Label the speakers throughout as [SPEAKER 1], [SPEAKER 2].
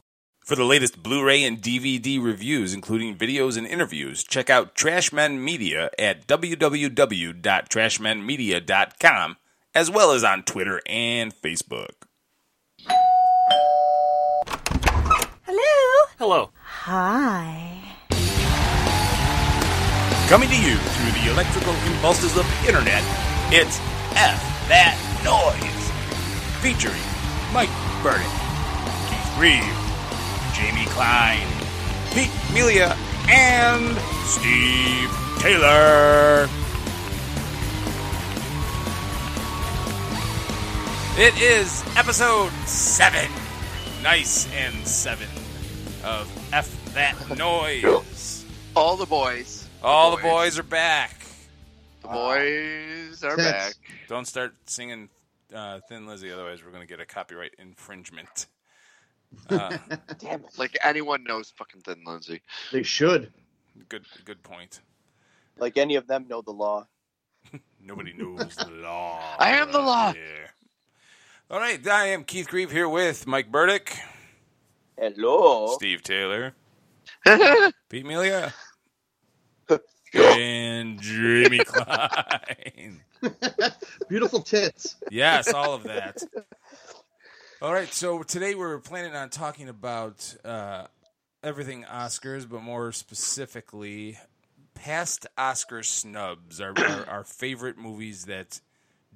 [SPEAKER 1] For the latest Blu ray and DVD reviews, including videos and interviews, check out Trashman Media at www.trashmanmedia.com, as well as on Twitter and Facebook.
[SPEAKER 2] Hello.
[SPEAKER 3] Hello.
[SPEAKER 2] Hi.
[SPEAKER 1] Coming to you through the electrical impulses of the internet, it's F That Noise. Featuring Mike Burton, Keith Reeves, Jamie Klein, Pete Melia, and Steve Taylor. It is episode seven. Nice and seven of F That Noise.
[SPEAKER 4] All the boys.
[SPEAKER 1] All the boys are back.
[SPEAKER 4] The boys are back.
[SPEAKER 5] That's-
[SPEAKER 1] Don't start singing uh, Thin Lizzy, otherwise we're going to get a copyright infringement. Uh,
[SPEAKER 4] Damn it. Like anyone knows fucking Thin Lindsay.
[SPEAKER 5] They should.
[SPEAKER 1] good, good point.
[SPEAKER 6] Like any of them know the law.
[SPEAKER 1] Nobody knows the law.
[SPEAKER 4] I am the law.
[SPEAKER 1] Yeah. All right, I am Keith Grieve here with Mike Burdick,
[SPEAKER 6] Hello.
[SPEAKER 1] Steve Taylor,
[SPEAKER 4] Hello.
[SPEAKER 1] Pete Melia, and Jamie Klein.
[SPEAKER 5] Beautiful tits.
[SPEAKER 1] Yes, all of that. All right, so today we're planning on talking about uh, everything Oscars, but more specifically, past Oscar snubs, our, our, our favorite movies that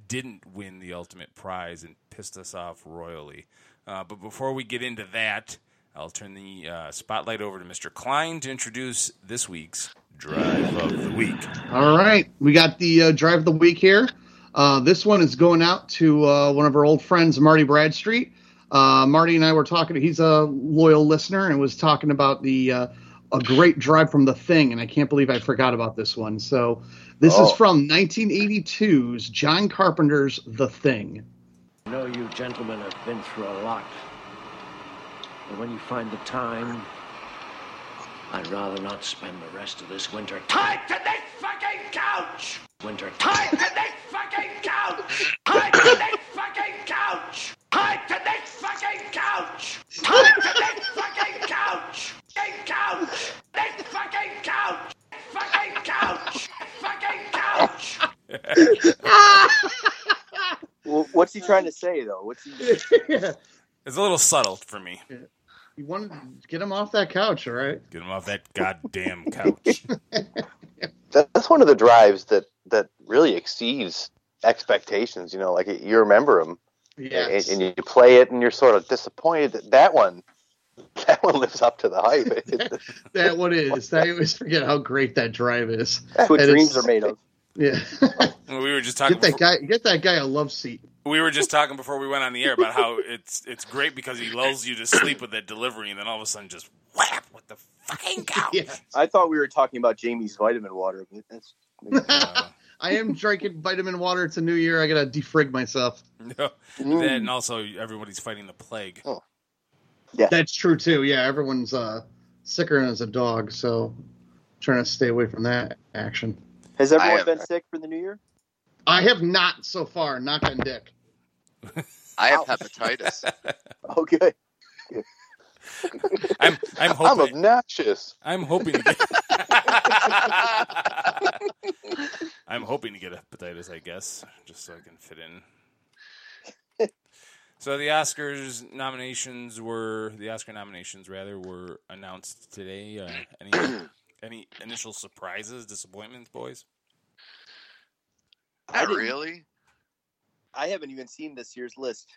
[SPEAKER 1] didn't win the ultimate prize and pissed us off royally. Uh, but before we get into that, I'll turn the uh, spotlight over to Mr. Klein to introduce this week's Drive of the Week.
[SPEAKER 5] All right, we got the uh, drive of the week here. Uh, this one is going out to uh, one of our old friends, Marty Bradstreet. Uh, Marty and I were talking. He's a loyal listener and was talking about the uh, a great drive from The Thing, and I can't believe I forgot about this one. So this
[SPEAKER 6] Oh.
[SPEAKER 5] is from 1982's John Carpenter's The Thing.
[SPEAKER 7] I know you gentlemen have been through a lot. But when you find the time, I'd rather not spend the rest of this winter tied to this fucking couch! Winter tied to this fucking couch! Tied to this fucking couch! Tied to this fucking couch! Tied to this fucking couch! Fucking couch! This fucking couch! This fucking couch! This fucking couch!
[SPEAKER 6] Well, what's he trying to say though? What's he?
[SPEAKER 1] It's a little subtle for me.
[SPEAKER 5] You want to get him off that couch, all right?
[SPEAKER 1] Get him off that goddamn couch.
[SPEAKER 6] That- That's one of the drives that that really exceeds expectations. You know, like you remember him
[SPEAKER 5] Yes.
[SPEAKER 6] and, and you play it, and you're sort of disappointed that that one, that one lives up to the hype. It- it-
[SPEAKER 5] that one is. I always forget how great that drive is.
[SPEAKER 6] that's what
[SPEAKER 5] And it's-
[SPEAKER 6] dreams are made of.
[SPEAKER 5] Yeah.
[SPEAKER 1] we were just talking
[SPEAKER 5] get that
[SPEAKER 1] before-
[SPEAKER 5] guy. Get that guy a love seat.
[SPEAKER 1] We were just talking before we went on the air about how it's it's great because he lulls you to sleep with that delivery, and then all of a sudden just whap with the fucking couch.
[SPEAKER 5] Yeah.
[SPEAKER 6] I thought we were talking about Jamie's vitamin water, but that's
[SPEAKER 1] Uh,
[SPEAKER 5] I am drinking vitamin water. It's a new year. I gotta defrig myself.
[SPEAKER 1] no. Then and also everybody's fighting the plague.
[SPEAKER 5] That's true too. Yeah, everyone's uh, sicker as a dog, so trying to stay away from that action.
[SPEAKER 6] has
[SPEAKER 4] I
[SPEAKER 6] everyone
[SPEAKER 4] have-
[SPEAKER 6] been sick for the new year?
[SPEAKER 5] I have not so far. Knock on dick.
[SPEAKER 4] I have hepatitis.
[SPEAKER 6] Oh, good.
[SPEAKER 1] I'm I'm
[SPEAKER 6] I'm
[SPEAKER 1] hoping
[SPEAKER 6] obnoxious.
[SPEAKER 1] I'm hoping to get I'm hoping to get hepatitis, I guess, just so I can fit in. So the Oscars nominations were the Oscar nominations rather were announced today. Uh, any any initial surprises, disappointments, boys?
[SPEAKER 6] I
[SPEAKER 4] Not
[SPEAKER 6] didn't-
[SPEAKER 4] really?
[SPEAKER 6] I haven't even seen this year's list.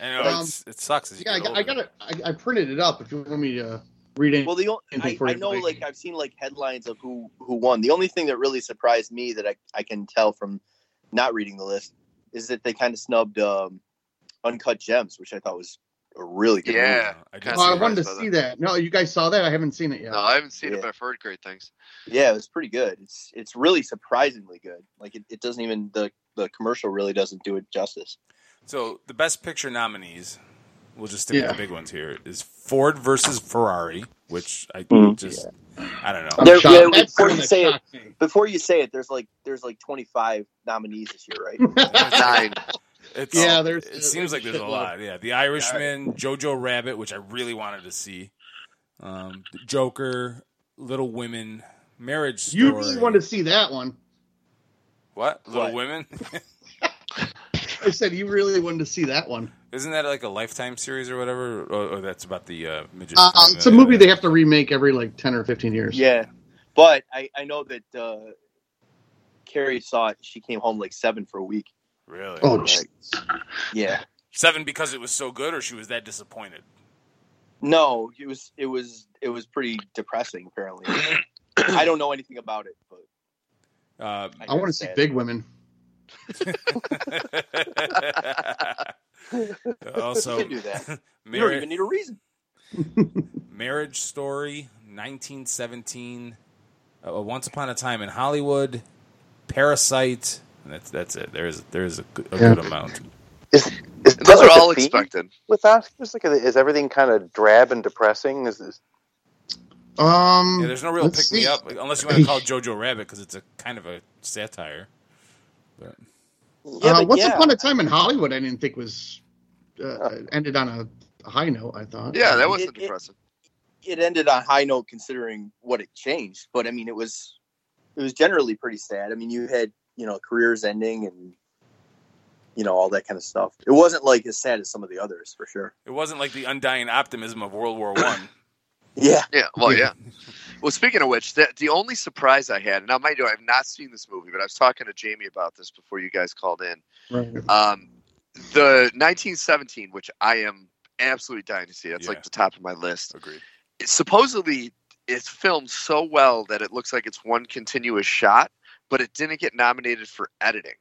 [SPEAKER 1] I know
[SPEAKER 5] Um,
[SPEAKER 1] it's, it sucks. As you
[SPEAKER 5] Yeah, I,
[SPEAKER 1] get
[SPEAKER 5] got, I
[SPEAKER 1] older.
[SPEAKER 5] gotta. I, I printed it up. If you want me to read it.
[SPEAKER 6] Well, the only,
[SPEAKER 5] Anything
[SPEAKER 6] I,
[SPEAKER 5] for
[SPEAKER 6] I
[SPEAKER 5] you,
[SPEAKER 6] know,
[SPEAKER 5] Blake?
[SPEAKER 6] like I've seen like headlines of who who won. The only thing that really surprised me that I, I can tell from not reading the list is that they kind of snubbed um, Uncut Gems, which I thought was a really good movie.
[SPEAKER 4] Yeah.
[SPEAKER 1] Uh, I
[SPEAKER 4] kinda
[SPEAKER 1] did
[SPEAKER 5] Oh, I
[SPEAKER 4] surprised
[SPEAKER 5] wanted to
[SPEAKER 4] by
[SPEAKER 5] see
[SPEAKER 4] that.
[SPEAKER 5] that. No, you guys saw that? I haven't seen it yet.
[SPEAKER 4] No, I haven't seen
[SPEAKER 2] Yeah.
[SPEAKER 4] it, but I've heard great things.
[SPEAKER 2] Yeah, it was pretty good. It's it's really surprisingly good. Like it, it doesn't even the the commercial really doesn't do it justice.
[SPEAKER 1] So the best picture nominees, we'll just stick
[SPEAKER 5] Yeah.
[SPEAKER 1] with the big ones here, is Ford versus Ferrari, which I
[SPEAKER 5] Hmm.
[SPEAKER 6] Mm.
[SPEAKER 1] just I don't know.
[SPEAKER 5] I'm
[SPEAKER 2] There-
[SPEAKER 5] shocked.
[SPEAKER 2] yeah,
[SPEAKER 5] That's
[SPEAKER 2] before
[SPEAKER 5] the one
[SPEAKER 2] you
[SPEAKER 5] that
[SPEAKER 2] say it-
[SPEAKER 5] shocked me.
[SPEAKER 2] Before you say it, there's like there's like 25 nominees this year, right?
[SPEAKER 4] Nine.
[SPEAKER 1] It's,
[SPEAKER 5] Yeah, there's-
[SPEAKER 1] it seems like there's a
[SPEAKER 5] shitload.
[SPEAKER 1] lot. Yeah, The Irishman, Jojo Rabbit, which I really wanted to see, um, The Joker, Little Women, Marriage Story.
[SPEAKER 5] You really want to see that one.
[SPEAKER 1] what? Little
[SPEAKER 2] What?
[SPEAKER 1] Women?
[SPEAKER 5] I said you really wanted to see that one.
[SPEAKER 1] Isn't that like a Lifetime series or whatever? Or, or that's about the uh, midget.
[SPEAKER 2] Um,
[SPEAKER 5] Uh,
[SPEAKER 1] family.
[SPEAKER 5] it's a movie they have to remake every like ten or fifteen years.
[SPEAKER 2] yeah, but I I know that uh, Carrie saw it. She came home like seven for a week.
[SPEAKER 1] really
[SPEAKER 5] Oh, jeez.
[SPEAKER 2] Yeah.
[SPEAKER 1] seven because it was so good, or she was that disappointed.
[SPEAKER 2] No, it was it was it was pretty depressing. Apparently, I don't know anything about it,
[SPEAKER 1] Uh,
[SPEAKER 2] but
[SPEAKER 5] I want to
[SPEAKER 2] heard
[SPEAKER 5] see
[SPEAKER 2] that.
[SPEAKER 5] Big Women.
[SPEAKER 1] also,
[SPEAKER 2] You can do that. You don't
[SPEAKER 1] Marri-
[SPEAKER 2] even need a reason.
[SPEAKER 1] Marriage Story, 1917, uh, Once Upon a Time in Hollywood, Parasite. And that's that's it. There's there's a, good- a
[SPEAKER 5] Yeah.
[SPEAKER 1] good amount.
[SPEAKER 6] Is, is
[SPEAKER 4] And those
[SPEAKER 6] that
[SPEAKER 4] are
[SPEAKER 6] like
[SPEAKER 4] all
[SPEAKER 6] the theme
[SPEAKER 4] expected.
[SPEAKER 6] with Oscars? Like, is everything kind of drab and depressing? Is this,
[SPEAKER 5] Um,
[SPEAKER 1] Yeah, there's no real
[SPEAKER 5] let's
[SPEAKER 1] pick me
[SPEAKER 5] see.
[SPEAKER 1] up unless you want to call it Jojo Rabbit because it's a kind of a satire. But
[SPEAKER 2] Yeah,
[SPEAKER 5] uh,
[SPEAKER 2] but
[SPEAKER 5] Once
[SPEAKER 2] yeah.
[SPEAKER 5] upon a time in Hollywood, I didn't think was uh, ended on a high note. I thought.
[SPEAKER 4] Yeah, that wasn't
[SPEAKER 2] It- it-
[SPEAKER 4] depressing.
[SPEAKER 2] it ended on high note considering what it changed but i mean it was it was generally pretty sad i mean you had you know careers ending and you know all that kind of stuff it wasn't like as sad as some of the others for sure
[SPEAKER 1] it wasn't like the undying optimism of World War One.
[SPEAKER 2] yeah
[SPEAKER 4] Yeah, well,
[SPEAKER 5] Yeah.
[SPEAKER 4] yeah. Well, speaking of which, the, the only surprise I had, and now mind you, I've not seen this movie, but I was talking to Jamie about this before you guys called in.
[SPEAKER 5] Right.
[SPEAKER 4] Um, the 1917, which I am absolutely dying to see. That's
[SPEAKER 1] Yeah.
[SPEAKER 4] like the top of my list.
[SPEAKER 1] Agreed.
[SPEAKER 4] It's supposedly, it's filmed so well that it looks like it's one continuous shot, but it didn't get nominated for editing,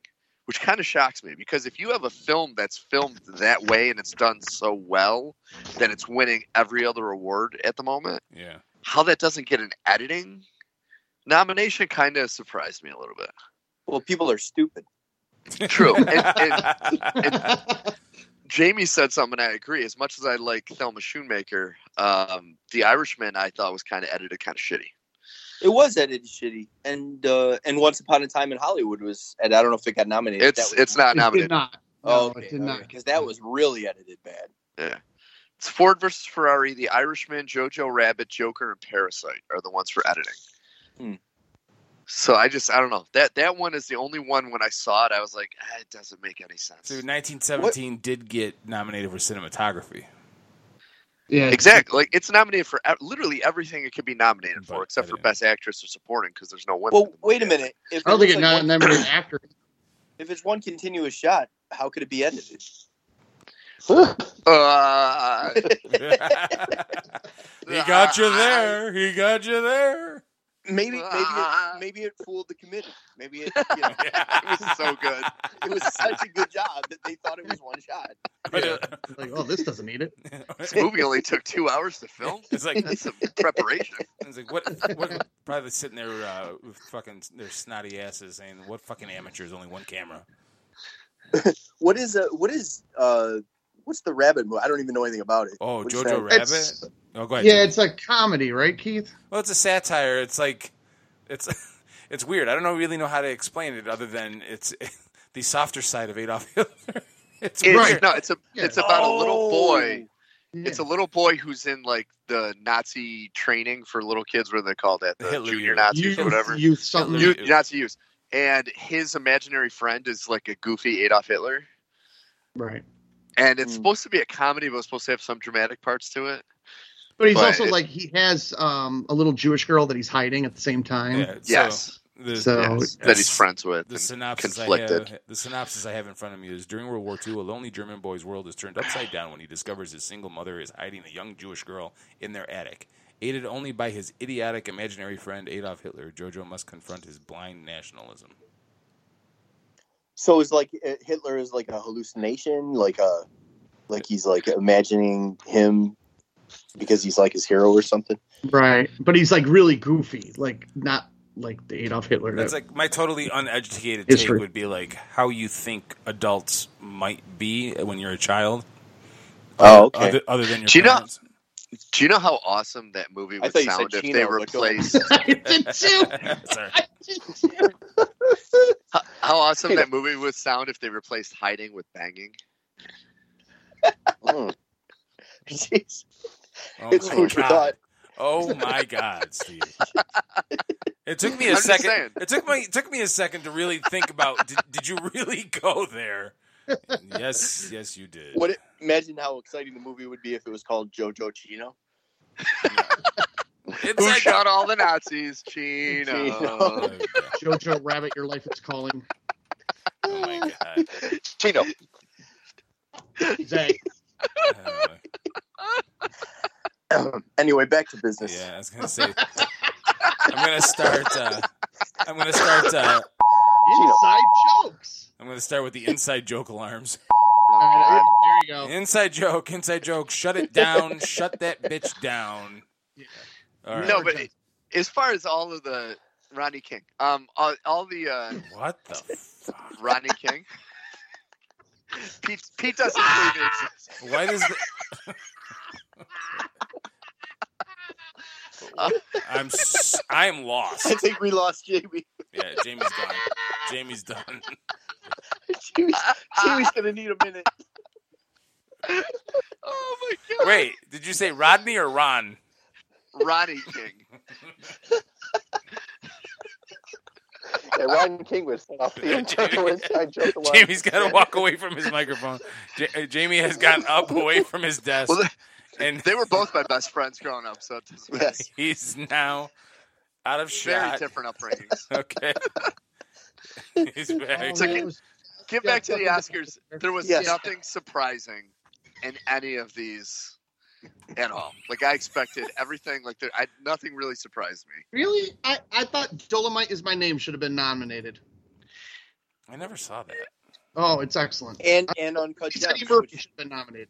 [SPEAKER 4] which kind of shocks me because if you have a film that's filmed that way and it's done so well, then it's winning every other award at the moment
[SPEAKER 1] Yeah.
[SPEAKER 4] how that doesn't get an editing nomination kind of surprised me a little bit.
[SPEAKER 2] well people are stupid
[SPEAKER 4] True. and, and Jamie said something I agree. As much as I like Thelma Schoonmaker, um, The Irishman I thought was kind of edited kind of shitty.
[SPEAKER 2] it was edited shitty and uh and once upon a time in hollywood was and i don't know if it got nominated
[SPEAKER 4] It's
[SPEAKER 2] That was-
[SPEAKER 4] it's not
[SPEAKER 5] it did
[SPEAKER 4] nominated.
[SPEAKER 5] not.
[SPEAKER 2] oh
[SPEAKER 5] No, it did not.
[SPEAKER 2] because that was really edited bad
[SPEAKER 4] It's Ford versus Ferrari, The Irishman, Jojo Rabbit, Joker, and Parasite are the ones for editing.
[SPEAKER 2] Hmm.
[SPEAKER 4] So I just I don't know that that one is the only one when I saw it I was like ah, it doesn't make any sense.
[SPEAKER 1] So 1917 did get nominated for cinematography.
[SPEAKER 5] Yeah,
[SPEAKER 4] Exactly. Like it's nominated for e- literally everything it could be nominated
[SPEAKER 1] But
[SPEAKER 4] for, except for
[SPEAKER 1] editing.
[SPEAKER 4] Best Actress or Supporting, because there's no women.
[SPEAKER 2] well
[SPEAKER 4] in the
[SPEAKER 2] wait a
[SPEAKER 4] movie.
[SPEAKER 2] minute if
[SPEAKER 5] I don't think
[SPEAKER 2] looks
[SPEAKER 5] it
[SPEAKER 2] like
[SPEAKER 5] not
[SPEAKER 2] one-
[SPEAKER 5] nominated after.
[SPEAKER 2] if it's one continuous shot how could it be edited
[SPEAKER 4] Uh,
[SPEAKER 1] he got you there. He got you there.
[SPEAKER 2] maybe maybe
[SPEAKER 4] Ah.
[SPEAKER 2] it, maybe it fooled the committee. Maybe it you know,
[SPEAKER 4] it was so good.
[SPEAKER 2] it was such a good job that they thought it was one shot.
[SPEAKER 5] It's Like, oh, this doesn't need it.
[SPEAKER 4] This movie only took two hours to film.
[SPEAKER 1] It's like-
[SPEAKER 4] that's some preparation.
[SPEAKER 1] It's like what? What? Probably sitting there uh, with fucking their snotty asses saying, "What fucking amateurs? Only one camera."
[SPEAKER 2] What is uh what is uh what's the rabbit movie? I don't even know anything about it.
[SPEAKER 1] Oh,
[SPEAKER 2] What's
[SPEAKER 1] Jojo
[SPEAKER 2] that?
[SPEAKER 1] Rabbit.
[SPEAKER 5] It's-
[SPEAKER 1] Oh, go ahead.
[SPEAKER 5] Yeah, it's a comedy, right, Keith?
[SPEAKER 1] Well, it's a satire. It's like it's it's weird. I don't know really know how to explain it other than it's the softer side of Adolf Hitler. It's
[SPEAKER 4] It's,
[SPEAKER 5] Right.
[SPEAKER 1] weird.
[SPEAKER 4] No, it's a
[SPEAKER 5] Yeah.
[SPEAKER 4] it's about a
[SPEAKER 2] Oh!
[SPEAKER 4] little boy.
[SPEAKER 5] Yeah.
[SPEAKER 4] It's a little boy who's in like the Nazi training for little kids. What do they call that? The
[SPEAKER 1] Hitler
[SPEAKER 4] junior
[SPEAKER 1] Youth.
[SPEAKER 4] Nazis
[SPEAKER 5] youth,
[SPEAKER 4] or whatever.
[SPEAKER 5] youth something.
[SPEAKER 1] Hitler
[SPEAKER 4] You, Nazi youth. And his imaginary friend is like a goofy Adolf Hitler.
[SPEAKER 5] right.
[SPEAKER 4] and it's
[SPEAKER 2] Mm.
[SPEAKER 4] supposed to be a comedy, but it's supposed to have some dramatic parts to it.
[SPEAKER 5] But he's
[SPEAKER 4] But
[SPEAKER 5] also
[SPEAKER 4] it-
[SPEAKER 5] like he has um, a little Jewish girl that he's hiding at the same time.
[SPEAKER 1] Yeah, so
[SPEAKER 4] yes,
[SPEAKER 1] the-
[SPEAKER 5] So-
[SPEAKER 4] yes,
[SPEAKER 1] Oh,
[SPEAKER 4] that he's
[SPEAKER 1] yes.
[SPEAKER 4] friends with.
[SPEAKER 1] The
[SPEAKER 4] and
[SPEAKER 1] synopsis I
[SPEAKER 4] conflicted.
[SPEAKER 1] have, the synopsis I have in front of me is: During World War II, a lonely German boy's world is turned upside down when he discovers his single mother is hiding a young Jewish girl in their attic. Aided only by his idiotic imaginary friend Adolf Hitler, Jojo must confront his blind nationalism.
[SPEAKER 2] So it's like uh, Hitler is like a hallucination, like a Like he's like imagining him because he's like his hero or something.
[SPEAKER 5] Right. But he's like really goofy, like not like the Adolf Hitler.
[SPEAKER 1] That's
[SPEAKER 5] type.
[SPEAKER 1] like my totally uneducated
[SPEAKER 5] It's
[SPEAKER 1] take
[SPEAKER 5] true.
[SPEAKER 1] would be like how you think adults might be when you're a child.
[SPEAKER 2] Oh, okay.
[SPEAKER 1] Other, other than your
[SPEAKER 4] Do you know-
[SPEAKER 1] parents.
[SPEAKER 4] Do you know how awesome that movie
[SPEAKER 2] I
[SPEAKER 4] would
[SPEAKER 2] thought you
[SPEAKER 4] sound
[SPEAKER 2] said
[SPEAKER 4] if
[SPEAKER 2] Chino,
[SPEAKER 4] they
[SPEAKER 2] but go on.
[SPEAKER 4] replaced?
[SPEAKER 5] I did too.
[SPEAKER 1] Sorry.
[SPEAKER 5] I did too.
[SPEAKER 4] how, how awesome
[SPEAKER 6] Chino.
[SPEAKER 4] that movie would sound if they replaced hiding with banging?
[SPEAKER 6] Mm.
[SPEAKER 2] Jeez.
[SPEAKER 1] Oh
[SPEAKER 2] It's
[SPEAKER 1] my
[SPEAKER 2] Hmm. food for
[SPEAKER 1] God.
[SPEAKER 2] thought.
[SPEAKER 1] Oh my God, Steve! It took me a
[SPEAKER 4] I'm just saying.
[SPEAKER 1] second. It took my it took me a second to really think about. Did, did you really go there? Yes, yes, you did.
[SPEAKER 2] What? It, imagine how exciting the movie would be if it was called JoJo Chino.
[SPEAKER 1] It's
[SPEAKER 4] Who
[SPEAKER 1] like
[SPEAKER 4] shot all the Nazis? Chino.
[SPEAKER 2] Chino.
[SPEAKER 1] oh,
[SPEAKER 5] Jojo Rabbit, your life is calling.
[SPEAKER 1] Oh my God!
[SPEAKER 6] Chino.
[SPEAKER 5] Zach.
[SPEAKER 1] Uh,
[SPEAKER 2] anyway, back to business.
[SPEAKER 1] yeah, I was gonna say. I'm gonna start. Uh, I'm gonna start. Uh,
[SPEAKER 5] Inside jokes.
[SPEAKER 1] I'm gonna start with the inside joke alarms.
[SPEAKER 5] All right, uh,
[SPEAKER 4] Oh.
[SPEAKER 5] there you go.
[SPEAKER 1] Inside joke, inside joke. Shut it down. shut that bitch down.
[SPEAKER 5] Yeah.
[SPEAKER 1] All right.
[SPEAKER 4] No, but it- as far as all of the Ronnie King, um, all, all the uh,
[SPEAKER 1] what the fuck?
[SPEAKER 4] Ronnie King. Pete, Pete doesn't believe it exists.
[SPEAKER 1] Why does? The...
[SPEAKER 4] Uh,
[SPEAKER 1] I'm s- I'm
[SPEAKER 2] I
[SPEAKER 1] lost.
[SPEAKER 2] think we lost Jamie.
[SPEAKER 1] Yeah, Jamie's done. Jamie's done.
[SPEAKER 2] Jamie's, Jamie's gonna need a minute.
[SPEAKER 4] Oh my god!
[SPEAKER 1] Wait, did you say Rodney or Ron?
[SPEAKER 4] Ronnie King.
[SPEAKER 6] Yeah, Ron King would set off the internal inside joke alarm.
[SPEAKER 1] Jamie's got to walk away from his microphone. Ja uh, Jamie has gotten up away from his desk,
[SPEAKER 4] Well,
[SPEAKER 1] and
[SPEAKER 4] They were both my best friends growing up, so it doesn't matter.
[SPEAKER 2] Yes.
[SPEAKER 1] he's now out of
[SPEAKER 4] very
[SPEAKER 1] shot.
[SPEAKER 4] different upbringings.
[SPEAKER 1] Okay. he's back.
[SPEAKER 4] It's okay.
[SPEAKER 5] Almost-
[SPEAKER 4] Get
[SPEAKER 5] Yeah,
[SPEAKER 4] back to the
[SPEAKER 5] nothing-
[SPEAKER 4] Oscars. There was
[SPEAKER 2] Yes.
[SPEAKER 4] nothing surprising in any of these at all. Like I expected everything. Like there, I, nothing really surprised me.
[SPEAKER 5] Really? I, I thought Dolomite is my name should have been nominated.
[SPEAKER 1] I never saw that.
[SPEAKER 5] Oh, it's excellent.
[SPEAKER 2] And and uncut
[SPEAKER 5] Eddie
[SPEAKER 2] gems.
[SPEAKER 5] Murphy
[SPEAKER 2] which-
[SPEAKER 5] should have been nominated.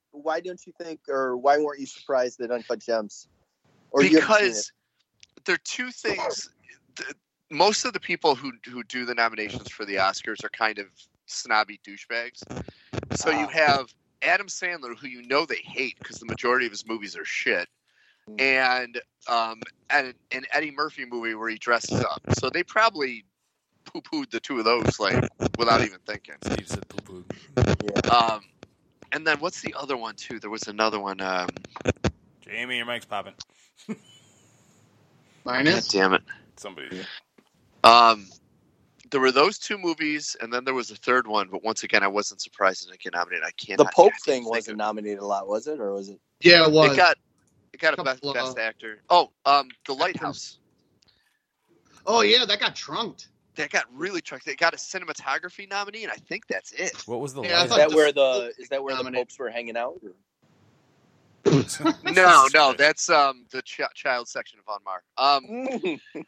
[SPEAKER 2] why don't you think or why weren't you surprised that uncut gems? Or you haven't seen it?
[SPEAKER 4] because there are two things. th- Most of the people who who do the nominations for the Oscars are kind of snobby douchebags. So you
[SPEAKER 2] Ah.
[SPEAKER 4] have Adam Sandler, who you know they hate because the majority of his movies are shit,
[SPEAKER 2] Hmm.
[SPEAKER 4] and um and an Eddie Murphy movie where he dresses up. So they probably poo pooed the two of those like without even thinking.
[SPEAKER 1] Steve said poo poo.
[SPEAKER 4] Um, and then what's the other one too? There was another one. Um,
[SPEAKER 1] Jamie, your mic's popping.
[SPEAKER 5] Mine
[SPEAKER 4] God
[SPEAKER 5] is.
[SPEAKER 4] damn it.
[SPEAKER 1] Somebody.
[SPEAKER 4] Um, there were those two movies, and then there was a third one. But once again, I wasn't surprised it didn't get nominated. I can't.
[SPEAKER 2] the Pope
[SPEAKER 4] I can't
[SPEAKER 2] thing
[SPEAKER 4] think
[SPEAKER 2] wasn't
[SPEAKER 4] of-
[SPEAKER 2] nominated a lot, was it? Or was it
[SPEAKER 5] Yeah, it was.
[SPEAKER 4] It got it got a best,
[SPEAKER 5] Couple of-
[SPEAKER 4] best actor. Oh, um, The Lighthouse.
[SPEAKER 5] oh, yeah, that got trunked.
[SPEAKER 4] That got really tricky. They got a cinematography nominee, and I think that's it.
[SPEAKER 1] What was the
[SPEAKER 5] Yeah, I
[SPEAKER 2] is
[SPEAKER 5] thought
[SPEAKER 1] last-
[SPEAKER 2] that
[SPEAKER 5] the-
[SPEAKER 2] where the is that where
[SPEAKER 5] Nominated.
[SPEAKER 2] the popes were hanging out? Or?
[SPEAKER 4] no, no, that's um the ch- child section of On Mar.
[SPEAKER 2] Mm.
[SPEAKER 4] Um,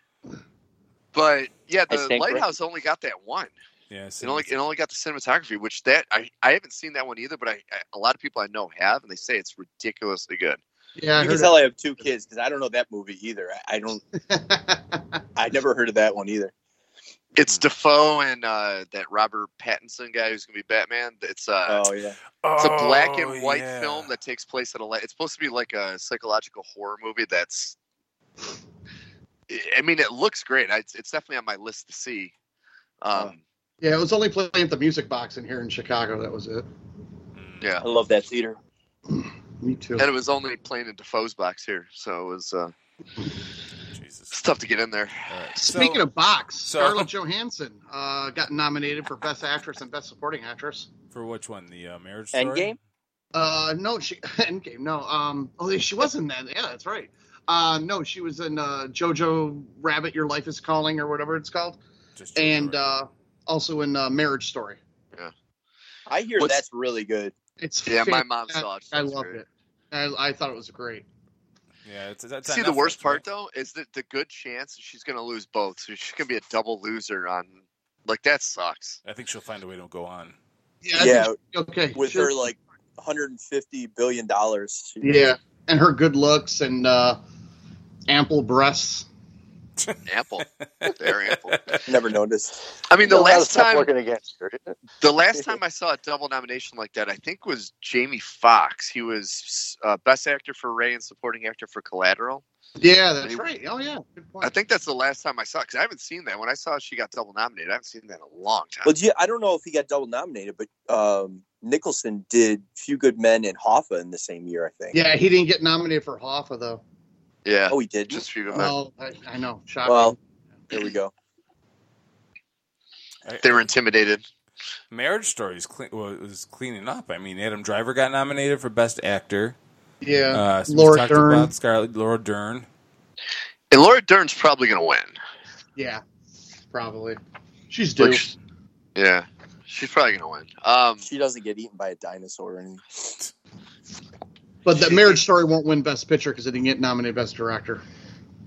[SPEAKER 4] but yeah,
[SPEAKER 2] I
[SPEAKER 4] The
[SPEAKER 2] stand
[SPEAKER 4] Lighthouse only got that one.
[SPEAKER 1] Yeah,
[SPEAKER 4] It only it only got the cinematography, which that I, I haven't seen that one either, but I, I a lot of people I know have, and they say it's ridiculously good.
[SPEAKER 5] Yeah, I heard
[SPEAKER 2] you can
[SPEAKER 5] it.
[SPEAKER 2] tell I have two kids because I don't know that movie either. I, I don't. I never heard of that one either.
[SPEAKER 4] It's Defoe and uh, that Robert Pattinson guy who's going to be Batman. It's uh,
[SPEAKER 2] oh yeah,
[SPEAKER 4] it's a black
[SPEAKER 1] Oh,
[SPEAKER 4] and white
[SPEAKER 1] yeah.
[SPEAKER 4] film that takes place at a. la- It's supposed to be like a psychological horror movie. That's. I mean, it looks great. I, it's definitely on my list to see. Um,
[SPEAKER 5] Yeah, it was only playing at the music box in here in Chicago. That was it.
[SPEAKER 1] Mm,
[SPEAKER 4] yeah,
[SPEAKER 2] I love that theater.
[SPEAKER 5] Me too.
[SPEAKER 4] and it was only playing in Defoe's box here, so it was. Uh,
[SPEAKER 1] Jesus.
[SPEAKER 4] It's tough to get in there.
[SPEAKER 5] Speaking of box,
[SPEAKER 1] so-
[SPEAKER 5] Scarlett Johansson uh, got nominated for Best Actress and Best Supporting Actress.
[SPEAKER 1] For which one? The uh, marriage story?
[SPEAKER 2] Endgame.
[SPEAKER 5] Uh, no, she Endgame. No, um, oh, she was in that. Yeah, that's right. Uh, no, she was in uh, Jojo Rabbit, Your Life Is Calling, or whatever it's called,
[SPEAKER 1] Just
[SPEAKER 5] and uh, also in uh, Marriage Story.
[SPEAKER 2] I hear
[SPEAKER 4] What's-
[SPEAKER 2] that's really good.
[SPEAKER 5] It's
[SPEAKER 4] Yeah, my mom saw it.
[SPEAKER 5] fantastic. I
[SPEAKER 4] It's
[SPEAKER 5] loved
[SPEAKER 4] great.
[SPEAKER 5] it. I, I thought it was great.
[SPEAKER 1] yeah, it's, that's
[SPEAKER 4] See, the worst part though is that the good chance she's going to lose both, so she's going to be a double loser on. Like that sucks.
[SPEAKER 1] I think she'll find a way to go on.
[SPEAKER 5] Yeah, I
[SPEAKER 2] Yeah.
[SPEAKER 5] think she- okay.
[SPEAKER 2] With
[SPEAKER 5] sure.
[SPEAKER 2] her like 150 billion dollars.
[SPEAKER 5] yeah, and her good looks and uh, ample breasts.
[SPEAKER 4] Ample, very ample.
[SPEAKER 2] Never noticed.
[SPEAKER 4] I mean, the
[SPEAKER 6] Still gotta
[SPEAKER 4] last
[SPEAKER 6] stop
[SPEAKER 4] time,
[SPEAKER 6] working against her.
[SPEAKER 4] the last time I saw a double nomination like that, I think was Jamie Foxx. He was uh, best actor for Ray and supporting actor for Collateral.
[SPEAKER 5] Yeah, that's
[SPEAKER 4] They-
[SPEAKER 5] right. Oh yeah, good point.
[SPEAKER 4] I think that's the last time I saw because I haven't seen that. When I saw she got double nominated, I haven't seen that in a long time.
[SPEAKER 2] Well, gee, I don't know if he got double nominated, but um, Nicholson did Few Good Men and Hoffa in the same year, I think.
[SPEAKER 5] Yeah, he didn't get nominated for Hoffa though.
[SPEAKER 4] yeah,
[SPEAKER 2] Oh, he did.
[SPEAKER 4] just for you.
[SPEAKER 5] Oh, I, I know. Shocking.
[SPEAKER 2] Well, there we go.
[SPEAKER 4] they were intimidated.
[SPEAKER 1] Marriage Story is cle- well, it was cleaning up. I mean, Adam Driver got nominated for Best Actor.
[SPEAKER 5] yeah.
[SPEAKER 1] Uh, so we
[SPEAKER 5] Laura
[SPEAKER 1] talked
[SPEAKER 5] Dern.
[SPEAKER 1] About Scarlett, Laura Dern.
[SPEAKER 4] And Laura Dern's probably going to win.
[SPEAKER 5] yeah, probably. She's due.
[SPEAKER 4] Like, sh- yeah, she's probably gonna win. Um,
[SPEAKER 2] She doesn't get eaten by a dinosaur or anything.
[SPEAKER 5] but the Marriage Story won't win Best Picture because it didn't get nominated Best Director.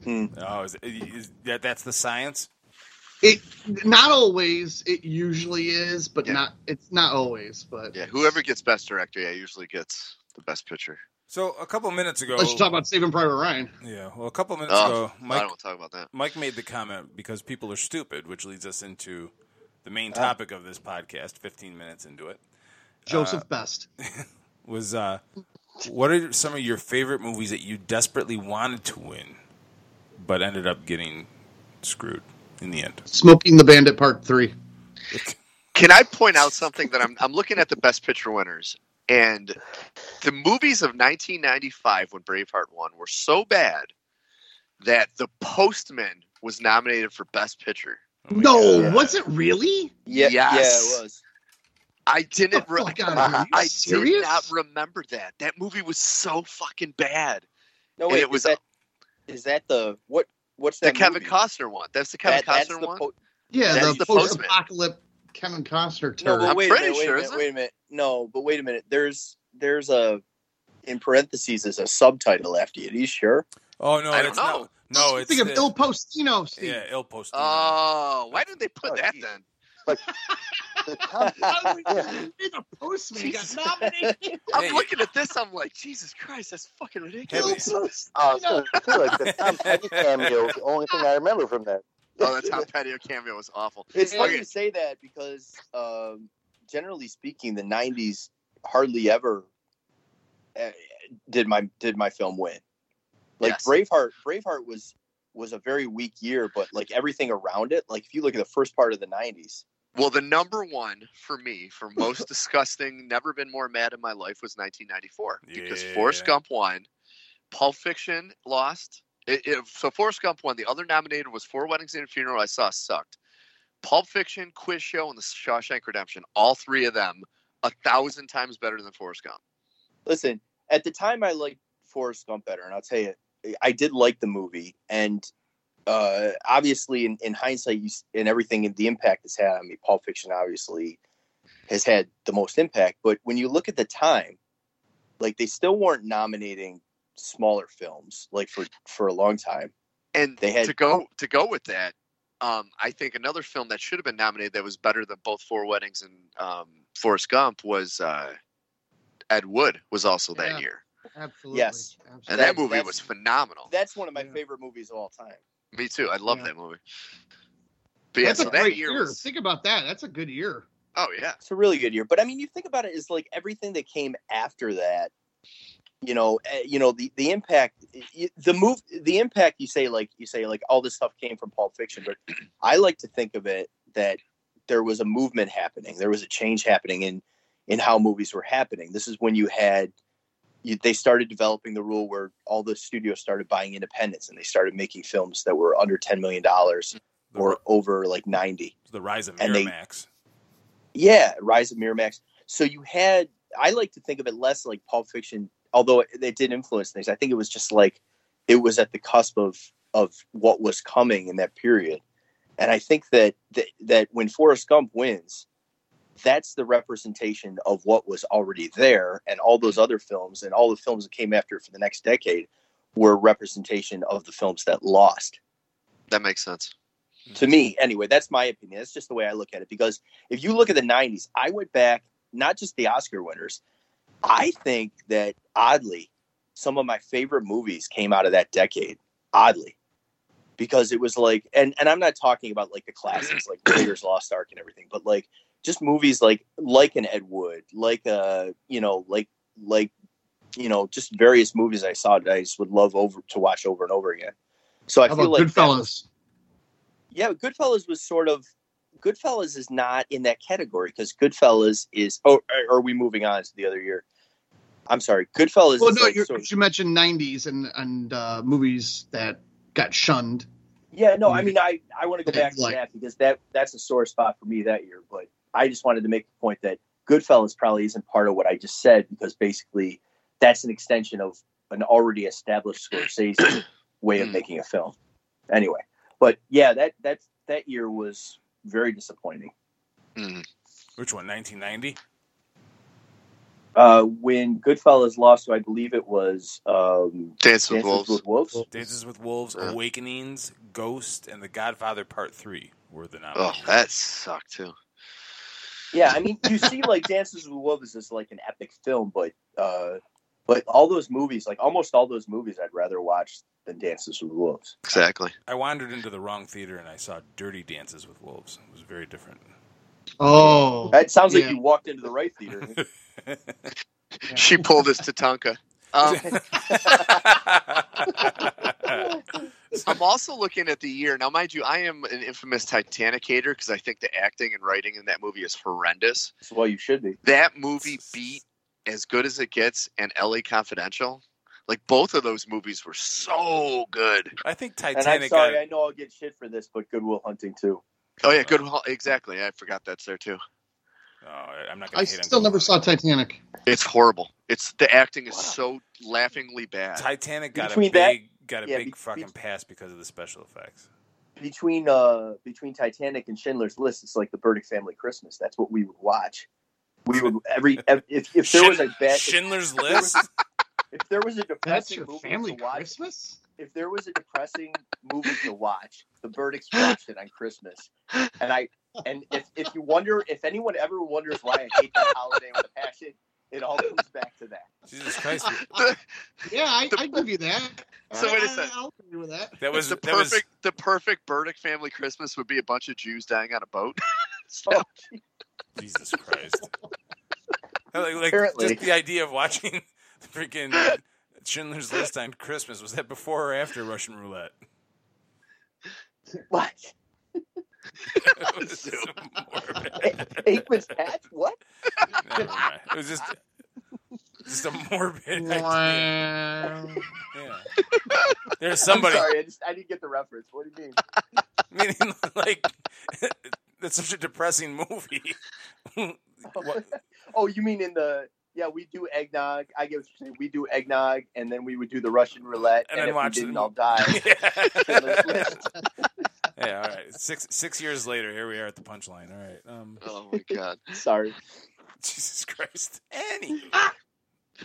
[SPEAKER 2] Hmm.
[SPEAKER 1] Oh, is, is that that's the science?
[SPEAKER 5] It not always. It usually is, but
[SPEAKER 4] Yeah.
[SPEAKER 5] not. It's not always. But
[SPEAKER 4] yeah, whoever gets best director, yeah, usually gets the best picture.
[SPEAKER 1] So a couple minutes ago,
[SPEAKER 5] Let's talk about Saving Private Ryan.
[SPEAKER 1] yeah, well, a couple minutes
[SPEAKER 4] Oh,
[SPEAKER 1] ago,
[SPEAKER 4] I
[SPEAKER 1] Mike
[SPEAKER 4] don't want to talk about that.
[SPEAKER 1] Mike made the comment because people are stupid, which leads us into the main
[SPEAKER 4] Ah.
[SPEAKER 1] topic of this podcast. Fifteen minutes into it
[SPEAKER 5] Joseph Best.
[SPEAKER 1] was uh, what are some of your favorite movies that you desperately wanted to win, but ended up getting screwed in the end? Oh
[SPEAKER 5] Smoking the Bandit Part Three.
[SPEAKER 4] Can I point out something that I'm I'm looking at the best picture winners and the movies of 1995 when Braveheart won were so bad that The Postman was nominated for best picture.
[SPEAKER 1] Oh
[SPEAKER 5] no, was it really?
[SPEAKER 2] Yeah,
[SPEAKER 4] Yes.
[SPEAKER 2] yeah, it was.
[SPEAKER 4] I didn't.
[SPEAKER 5] The
[SPEAKER 4] Re-
[SPEAKER 5] fuck outta here. Oh, Are you
[SPEAKER 4] I did
[SPEAKER 5] serious?
[SPEAKER 4] not remember that. That movie was so fucking bad.
[SPEAKER 2] No,
[SPEAKER 4] And
[SPEAKER 2] wait,
[SPEAKER 4] it was
[SPEAKER 2] is that, is that the what? What's
[SPEAKER 4] The
[SPEAKER 2] that
[SPEAKER 4] Kevin
[SPEAKER 2] movie?
[SPEAKER 4] Costner one. That's the Kevin
[SPEAKER 2] That- that's
[SPEAKER 4] Costner
[SPEAKER 2] the
[SPEAKER 4] one.
[SPEAKER 2] po-
[SPEAKER 5] Yeah,
[SPEAKER 4] That's
[SPEAKER 5] the
[SPEAKER 4] the Postman.
[SPEAKER 5] post-apocalypse Kevin Costner
[SPEAKER 2] no,
[SPEAKER 5] terror.
[SPEAKER 2] but
[SPEAKER 4] I'm
[SPEAKER 2] wait, a
[SPEAKER 4] pretty
[SPEAKER 2] minute, wait,
[SPEAKER 4] sure,
[SPEAKER 2] a minute,
[SPEAKER 4] isn't it?
[SPEAKER 2] wait a minute. No, but wait a minute. There's there's a in parentheses is a subtitle after it. Are you sure?
[SPEAKER 1] Oh no,
[SPEAKER 4] I
[SPEAKER 1] that's
[SPEAKER 4] don't know.
[SPEAKER 1] not. No, it's
[SPEAKER 5] Think of
[SPEAKER 1] the-
[SPEAKER 5] Il Postino. Steve.
[SPEAKER 1] Yeah, Il Postino.
[SPEAKER 4] Oh, why didn't they put
[SPEAKER 6] Oh,
[SPEAKER 4] that
[SPEAKER 6] geez.
[SPEAKER 4] then?
[SPEAKER 6] The top-
[SPEAKER 5] How did we
[SPEAKER 6] yeah.
[SPEAKER 5] You're the postman got nominated.
[SPEAKER 4] I'm
[SPEAKER 1] Hey.
[SPEAKER 4] looking at this. I'm like, Jesus Christ, that's fucking ridiculous.
[SPEAKER 1] Hey,
[SPEAKER 5] Il Postino.
[SPEAKER 6] Oh, so I feel like the Tom Petty cameo is the only thing I remember from that.
[SPEAKER 4] Oh, that Tom Petty cameo was awful.
[SPEAKER 2] It's funny
[SPEAKER 4] Okay.
[SPEAKER 2] you say that because, um, generally speaking, the '90s hardly ever uh, did my did my film win. Like
[SPEAKER 4] Yes.
[SPEAKER 2] Braveheart, Braveheart was was a very weak year, but like everything around it, like if you look at the first part of the '90s,
[SPEAKER 4] Well, the number one for me for most disgusting, never been more mad in my life was 1994 because
[SPEAKER 1] Yeah.
[SPEAKER 4] Forrest Gump won, Pulp Fiction lost. It, it- so Forrest Gump won. The other nominated was Four Weddings and a Funeral. I saw sucked. Pulp Fiction, Quiz Show, and The Shawshank Redemption. All three of them a thousand times better than Forrest Gump.
[SPEAKER 2] listen, at the time I liked Forrest Gump better, and I'll tell you, I did like the movie, and uh, obviously, in, in hindsight, you, s- and everything and the impact it's had on me, Pulp Fiction obviously has had the most impact. But when you look at the time, like they still weren't nominating smaller films like for for a long time.
[SPEAKER 4] And
[SPEAKER 2] They had-
[SPEAKER 4] to go to go with that, um, I think another film that should have been nominated that was better than both Four Weddings and um, Forrest Gump was uh, Ed Wood was also
[SPEAKER 5] Yeah.
[SPEAKER 4] that year.
[SPEAKER 5] Absolutely.
[SPEAKER 2] Yes.
[SPEAKER 4] And that, movie was phenomenal.
[SPEAKER 2] That's one of my favorite movies of all time.
[SPEAKER 4] Me too. I love
[SPEAKER 2] Yeah.
[SPEAKER 4] that movie. But yeah,
[SPEAKER 2] That's a
[SPEAKER 4] so that
[SPEAKER 2] great
[SPEAKER 4] year
[SPEAKER 2] year.
[SPEAKER 4] was
[SPEAKER 5] Think about that. That's a good year.
[SPEAKER 4] Oh yeah,
[SPEAKER 2] it's a really good year. But I mean, you think about it, is like everything that came after that. You know, eh, you know the the impact, y- the move, the impact. You say like you say like all this stuff came from Pulp Fiction, but I like to think of it that there was a movement happening, there was a change happening in in how movies were happening. This is when you had you, they started developing the rule where all the studios started buying independents and they started making films that were under ten million dollars or over like ninety.
[SPEAKER 1] The rise of
[SPEAKER 2] And they-
[SPEAKER 1] Miramax.
[SPEAKER 2] Yeah, Rise of Miramax. So you had, I like to think of it less like Pulp Fiction, although it, it did influence things. I think it was just like it was at the cusp of of what was coming in that period, and I think that that, that when Forrest Gump wins, that's the representation of what was already there, and all those other films and all the films that came after for the next decade were representation of the films that lost
[SPEAKER 4] that makes sense.
[SPEAKER 2] to me anyway that's my opinion that's just the way i look at it because if you look at the 90s i went back not just the oscar winners i think that oddly some of my favorite movies came out of that decade oddly because it was like and and i'm not talking about like the classics like Raiders lost ark and everything but like just movies like like an ed wood like uh you know like like you know just various movies i saw that i just would love over to watch over and over again so i
[SPEAKER 5] How
[SPEAKER 2] feel
[SPEAKER 5] about
[SPEAKER 2] like that
[SPEAKER 5] Goodfellas?
[SPEAKER 2] was- yeah, Goodfellas was sort of Goodfellas is not in that category because Goodfellas is. Oh, are- are we moving on to the other year? I'm sorry, Goodfellas.
[SPEAKER 5] well,
[SPEAKER 2] is
[SPEAKER 5] no,
[SPEAKER 2] like
[SPEAKER 5] you
[SPEAKER 2] sort of-
[SPEAKER 5] you mentioned '90s and and uh, movies that got shunned.
[SPEAKER 2] yeah, no, I mean, I I want to go
[SPEAKER 5] Okay,
[SPEAKER 2] back to
[SPEAKER 5] like-
[SPEAKER 2] that because that that's a sore spot for me that year. But I just wanted to make the point that Goodfellas probably isn't part of what I just said because basically that's an extension of an already established Scorsese way
[SPEAKER 5] Hmm.
[SPEAKER 2] of making a film. Anyway, but yeah, that that that year was very disappointing.
[SPEAKER 1] Which one? 1990.
[SPEAKER 2] uh, when Goodfellas lost, so I believe it was um,
[SPEAKER 4] Dance
[SPEAKER 1] with Wolves.
[SPEAKER 2] Wolves.
[SPEAKER 1] Dances with Wolves,
[SPEAKER 4] Uh.
[SPEAKER 1] Awakenings, Ghost, and The Godfather Part Three were the
[SPEAKER 4] Oh,
[SPEAKER 1] nominees.
[SPEAKER 4] that sucked too.
[SPEAKER 2] Yeah, I mean, you see, like Dances with Wolves is like an epic film, but uh, but all those movies, like almost all those movies, I'd rather watch than Dances with Wolves.
[SPEAKER 4] Exactly.
[SPEAKER 1] I wandered into the wrong theater and I saw Dirty Dances with Wolves. It was very different.
[SPEAKER 5] Oh,
[SPEAKER 2] that sounds
[SPEAKER 1] yeah.
[SPEAKER 2] like you walked into the right theater.
[SPEAKER 4] She pulled his Tatanka. Um, I'm also looking at the year now. Mind you, I am an infamous Titanic hater because I think the acting and writing in that movie is horrendous.
[SPEAKER 2] well, you should be.
[SPEAKER 4] That movie beat as good as it gets and LA Confidential. Like both of those movies were so good.
[SPEAKER 1] I think
[SPEAKER 2] and I'm sorry,
[SPEAKER 1] uh,
[SPEAKER 2] I know I'll get shit for this, but Goodwill Hunting too.
[SPEAKER 4] Oh yeah, good. Exactly. I forgot that's there too.
[SPEAKER 1] Oh, I'm not
[SPEAKER 5] I still never saw Titanic.
[SPEAKER 4] It's horrible. It's the acting is so laughingly bad.
[SPEAKER 1] Titanic got
[SPEAKER 2] Between
[SPEAKER 1] a
[SPEAKER 2] that-
[SPEAKER 1] big got a
[SPEAKER 2] yeah,
[SPEAKER 1] big
[SPEAKER 2] be-
[SPEAKER 1] fucking pass because of the special effects.
[SPEAKER 2] Between uh, between Titanic and Schindler's List, it's like the Burdick family Christmas. That's what we would watch. We would every ev- if if there was a bad
[SPEAKER 1] Schindler's List.
[SPEAKER 2] if there was a
[SPEAKER 5] That's
[SPEAKER 2] depressing
[SPEAKER 5] your
[SPEAKER 2] movie
[SPEAKER 5] family
[SPEAKER 2] to watch,
[SPEAKER 5] Christmas.
[SPEAKER 2] if there was a depressing movie to watch, the Burdicks watched it on Christmas, and I and if if you wonder if anyone ever wonders why I hate that holiday with a passion, it all comes back to that.
[SPEAKER 1] Jesus Christ!
[SPEAKER 5] Yeah, I, I give you that.
[SPEAKER 4] So wait a second.
[SPEAKER 5] I'll agree with that.
[SPEAKER 1] That was
[SPEAKER 4] the
[SPEAKER 1] that was
[SPEAKER 4] perfect. The perfect Burdick family Christmas would be a bunch of Jews dying on a boat. So-
[SPEAKER 1] Jesus Christ. like, like,
[SPEAKER 2] Apparently.
[SPEAKER 1] just the idea of watching freaking Schindler's List on Christmas was that before or after Russian Roulette?
[SPEAKER 2] What?
[SPEAKER 1] It was so morbid.
[SPEAKER 2] Aikman's patch? What?
[SPEAKER 1] Never mind. It was just just a morbid idea.
[SPEAKER 5] Wow.
[SPEAKER 1] Yeah. There's somebody.
[SPEAKER 2] I'm sorry, I just I didn't get the reference. What do you mean?
[SPEAKER 1] Meaning, like, that's such a depressing movie. What-
[SPEAKER 2] Oh, you mean in the yeah we do eggnog. I get what you're saying. We do eggnog, and then we would do the Russian roulette,
[SPEAKER 1] And
[SPEAKER 2] and,
[SPEAKER 1] then
[SPEAKER 2] if
[SPEAKER 1] watch
[SPEAKER 2] we
[SPEAKER 1] the
[SPEAKER 2] didn't,
[SPEAKER 1] mo-
[SPEAKER 2] all die. Schindler's List.
[SPEAKER 1] yeah, all right. Six six years later, here we are at the punchline. All right. Um,
[SPEAKER 4] oh my god.
[SPEAKER 2] Sorry.
[SPEAKER 1] Jesus Christ. Annie.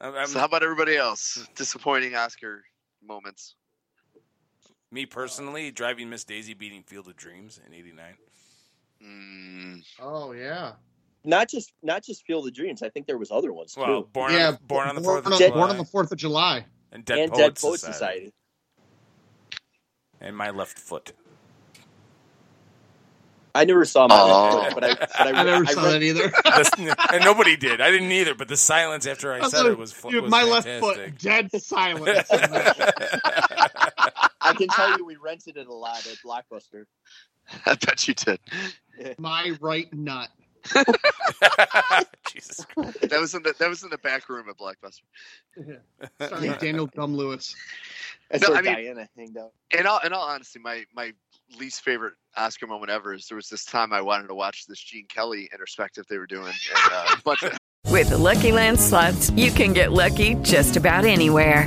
[SPEAKER 1] I'm, I'm-
[SPEAKER 4] So how about everybody else? Disappointing Oscar moments.
[SPEAKER 1] me personally, driving Miss Daisy beating Field of Dreams in '89.
[SPEAKER 4] Mm,
[SPEAKER 5] Oh yeah.
[SPEAKER 2] not just not just Field of Dreams. I think there was other ones
[SPEAKER 1] Well,
[SPEAKER 2] too.
[SPEAKER 1] Born,
[SPEAKER 5] Yeah,
[SPEAKER 1] on, born on the
[SPEAKER 5] Born
[SPEAKER 1] Fourth
[SPEAKER 5] on,
[SPEAKER 1] of
[SPEAKER 5] the-
[SPEAKER 1] July.
[SPEAKER 5] Born on the Fourth of July.
[SPEAKER 1] and Dead
[SPEAKER 2] and
[SPEAKER 1] Poets
[SPEAKER 2] Dead Poets
[SPEAKER 1] Society.
[SPEAKER 2] Society.
[SPEAKER 1] And my left foot.
[SPEAKER 2] I never saw my
[SPEAKER 4] Oh.
[SPEAKER 2] left foot, but I, but I,
[SPEAKER 5] I never
[SPEAKER 2] I
[SPEAKER 5] saw
[SPEAKER 2] read-
[SPEAKER 5] that either.
[SPEAKER 1] The- and nobody did. I didn't either. But the silence after I said it was, fu-
[SPEAKER 5] Dude,
[SPEAKER 1] was
[SPEAKER 5] my
[SPEAKER 1] fantastic.
[SPEAKER 5] left foot, dead silence.
[SPEAKER 2] I can tell you, we rented it a lot at Blockbuster.
[SPEAKER 4] I bet you did.
[SPEAKER 5] my right nut.
[SPEAKER 1] Jesus.
[SPEAKER 4] That was in the that was in the back room at Blockbuster.
[SPEAKER 5] Sorry, Daniel Gum Lewis.
[SPEAKER 2] That's
[SPEAKER 4] No,
[SPEAKER 2] where
[SPEAKER 4] I mean-
[SPEAKER 2] Diana hanged out.
[SPEAKER 4] In all in all honesty, my my least favorite Oscar moment ever is there was this time I wanted to watch this Gene Kelly introspective they were doing. And, uh, a bunch of-
[SPEAKER 8] With the Lucky Land slots, you can get lucky just about anywhere.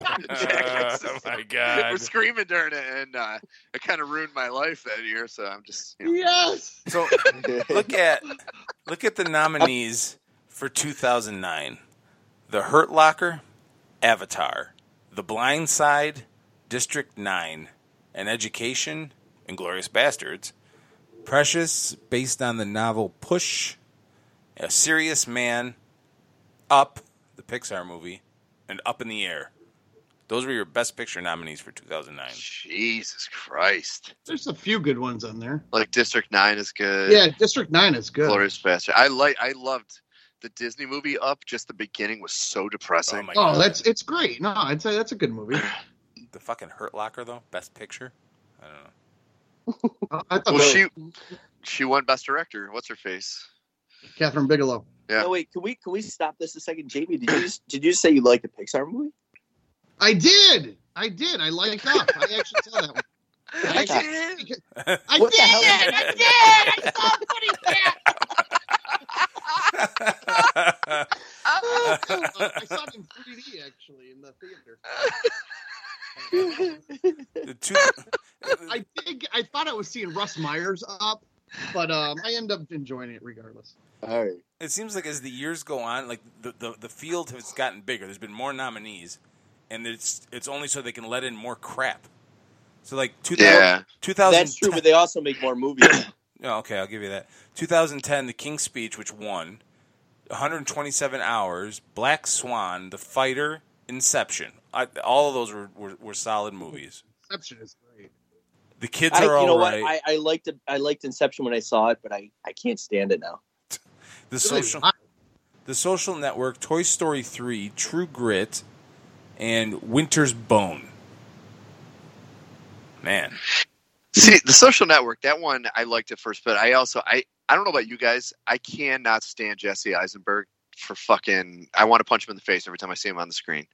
[SPEAKER 1] oh my
[SPEAKER 4] we're
[SPEAKER 1] god.
[SPEAKER 4] screaming during it, and uh, it kind of ruined my life that year. So I'm just you know,
[SPEAKER 5] Yes.
[SPEAKER 1] So look at look at the nominees for 2009: The Hurt Locker, Avatar, The Blind Side, District Nine, and Education, Inglorious Bastards, Precious, based on the novel Push, A Serious Man, Up, the Pixar movie, and Up in the Air. Those were your best picture nominees for 2009.
[SPEAKER 4] Jesus Christ!
[SPEAKER 5] There's a few good ones on there.
[SPEAKER 4] Like District Nine is good.
[SPEAKER 5] Yeah, District Nine is good.
[SPEAKER 4] Glorious Bastard. I like. I loved the Disney movie Up. Just the beginning was so depressing.
[SPEAKER 1] Oh my
[SPEAKER 5] Oh,
[SPEAKER 1] god.
[SPEAKER 5] that's it's great. No, I'd say that's a good movie.
[SPEAKER 1] the fucking Hurt Locker though, best picture. I don't know.
[SPEAKER 5] Uh, I thought
[SPEAKER 4] well,
[SPEAKER 5] that
[SPEAKER 4] she she won Best Director. What's her face?
[SPEAKER 5] was Catherine Bigelow.
[SPEAKER 4] Yeah.
[SPEAKER 2] No, wait, can we can we stop this a second, Jamie? Did you just, did you say you liked a Pixar movie?
[SPEAKER 5] I did. I did. I liked up. I actually saw that one. I did. I
[SPEAKER 2] What the hell is
[SPEAKER 5] did. I did. I saw Uh, I saw it in 3D actually in the theater.
[SPEAKER 1] The two-
[SPEAKER 5] I did. I thought I was seeing Russ Myers up, but um, I end up enjoying it regardless.
[SPEAKER 2] All right.
[SPEAKER 1] it seems like as the years go on, like the, the the field has gotten bigger. There's been more nominees, and it's it's only so they can let in more crap. So like 2000,
[SPEAKER 4] Yeah.
[SPEAKER 2] That's true, but they also make more movies.
[SPEAKER 1] Oh, okay, I'll give you that. 2010, The King's Speech, which won 127 Hours, Black Swan, The Fighter, Inception. I, all of those were, were, were solid movies.
[SPEAKER 5] Inception is great.
[SPEAKER 1] The kids
[SPEAKER 2] I,
[SPEAKER 1] are all right.
[SPEAKER 2] you know what? I, I liked it- I liked Inception when I saw it, but I, I can't stand it now.
[SPEAKER 1] the social, The Social Network, Toy Story 3, True Grit, and Winter's Bone. Man,
[SPEAKER 4] See, the Social Network. That one I liked at first, but I also I I don't know about you guys. I cannot stand Jesse Eisenberg for fucking. I want to punch him in the face every time I see him on the screen.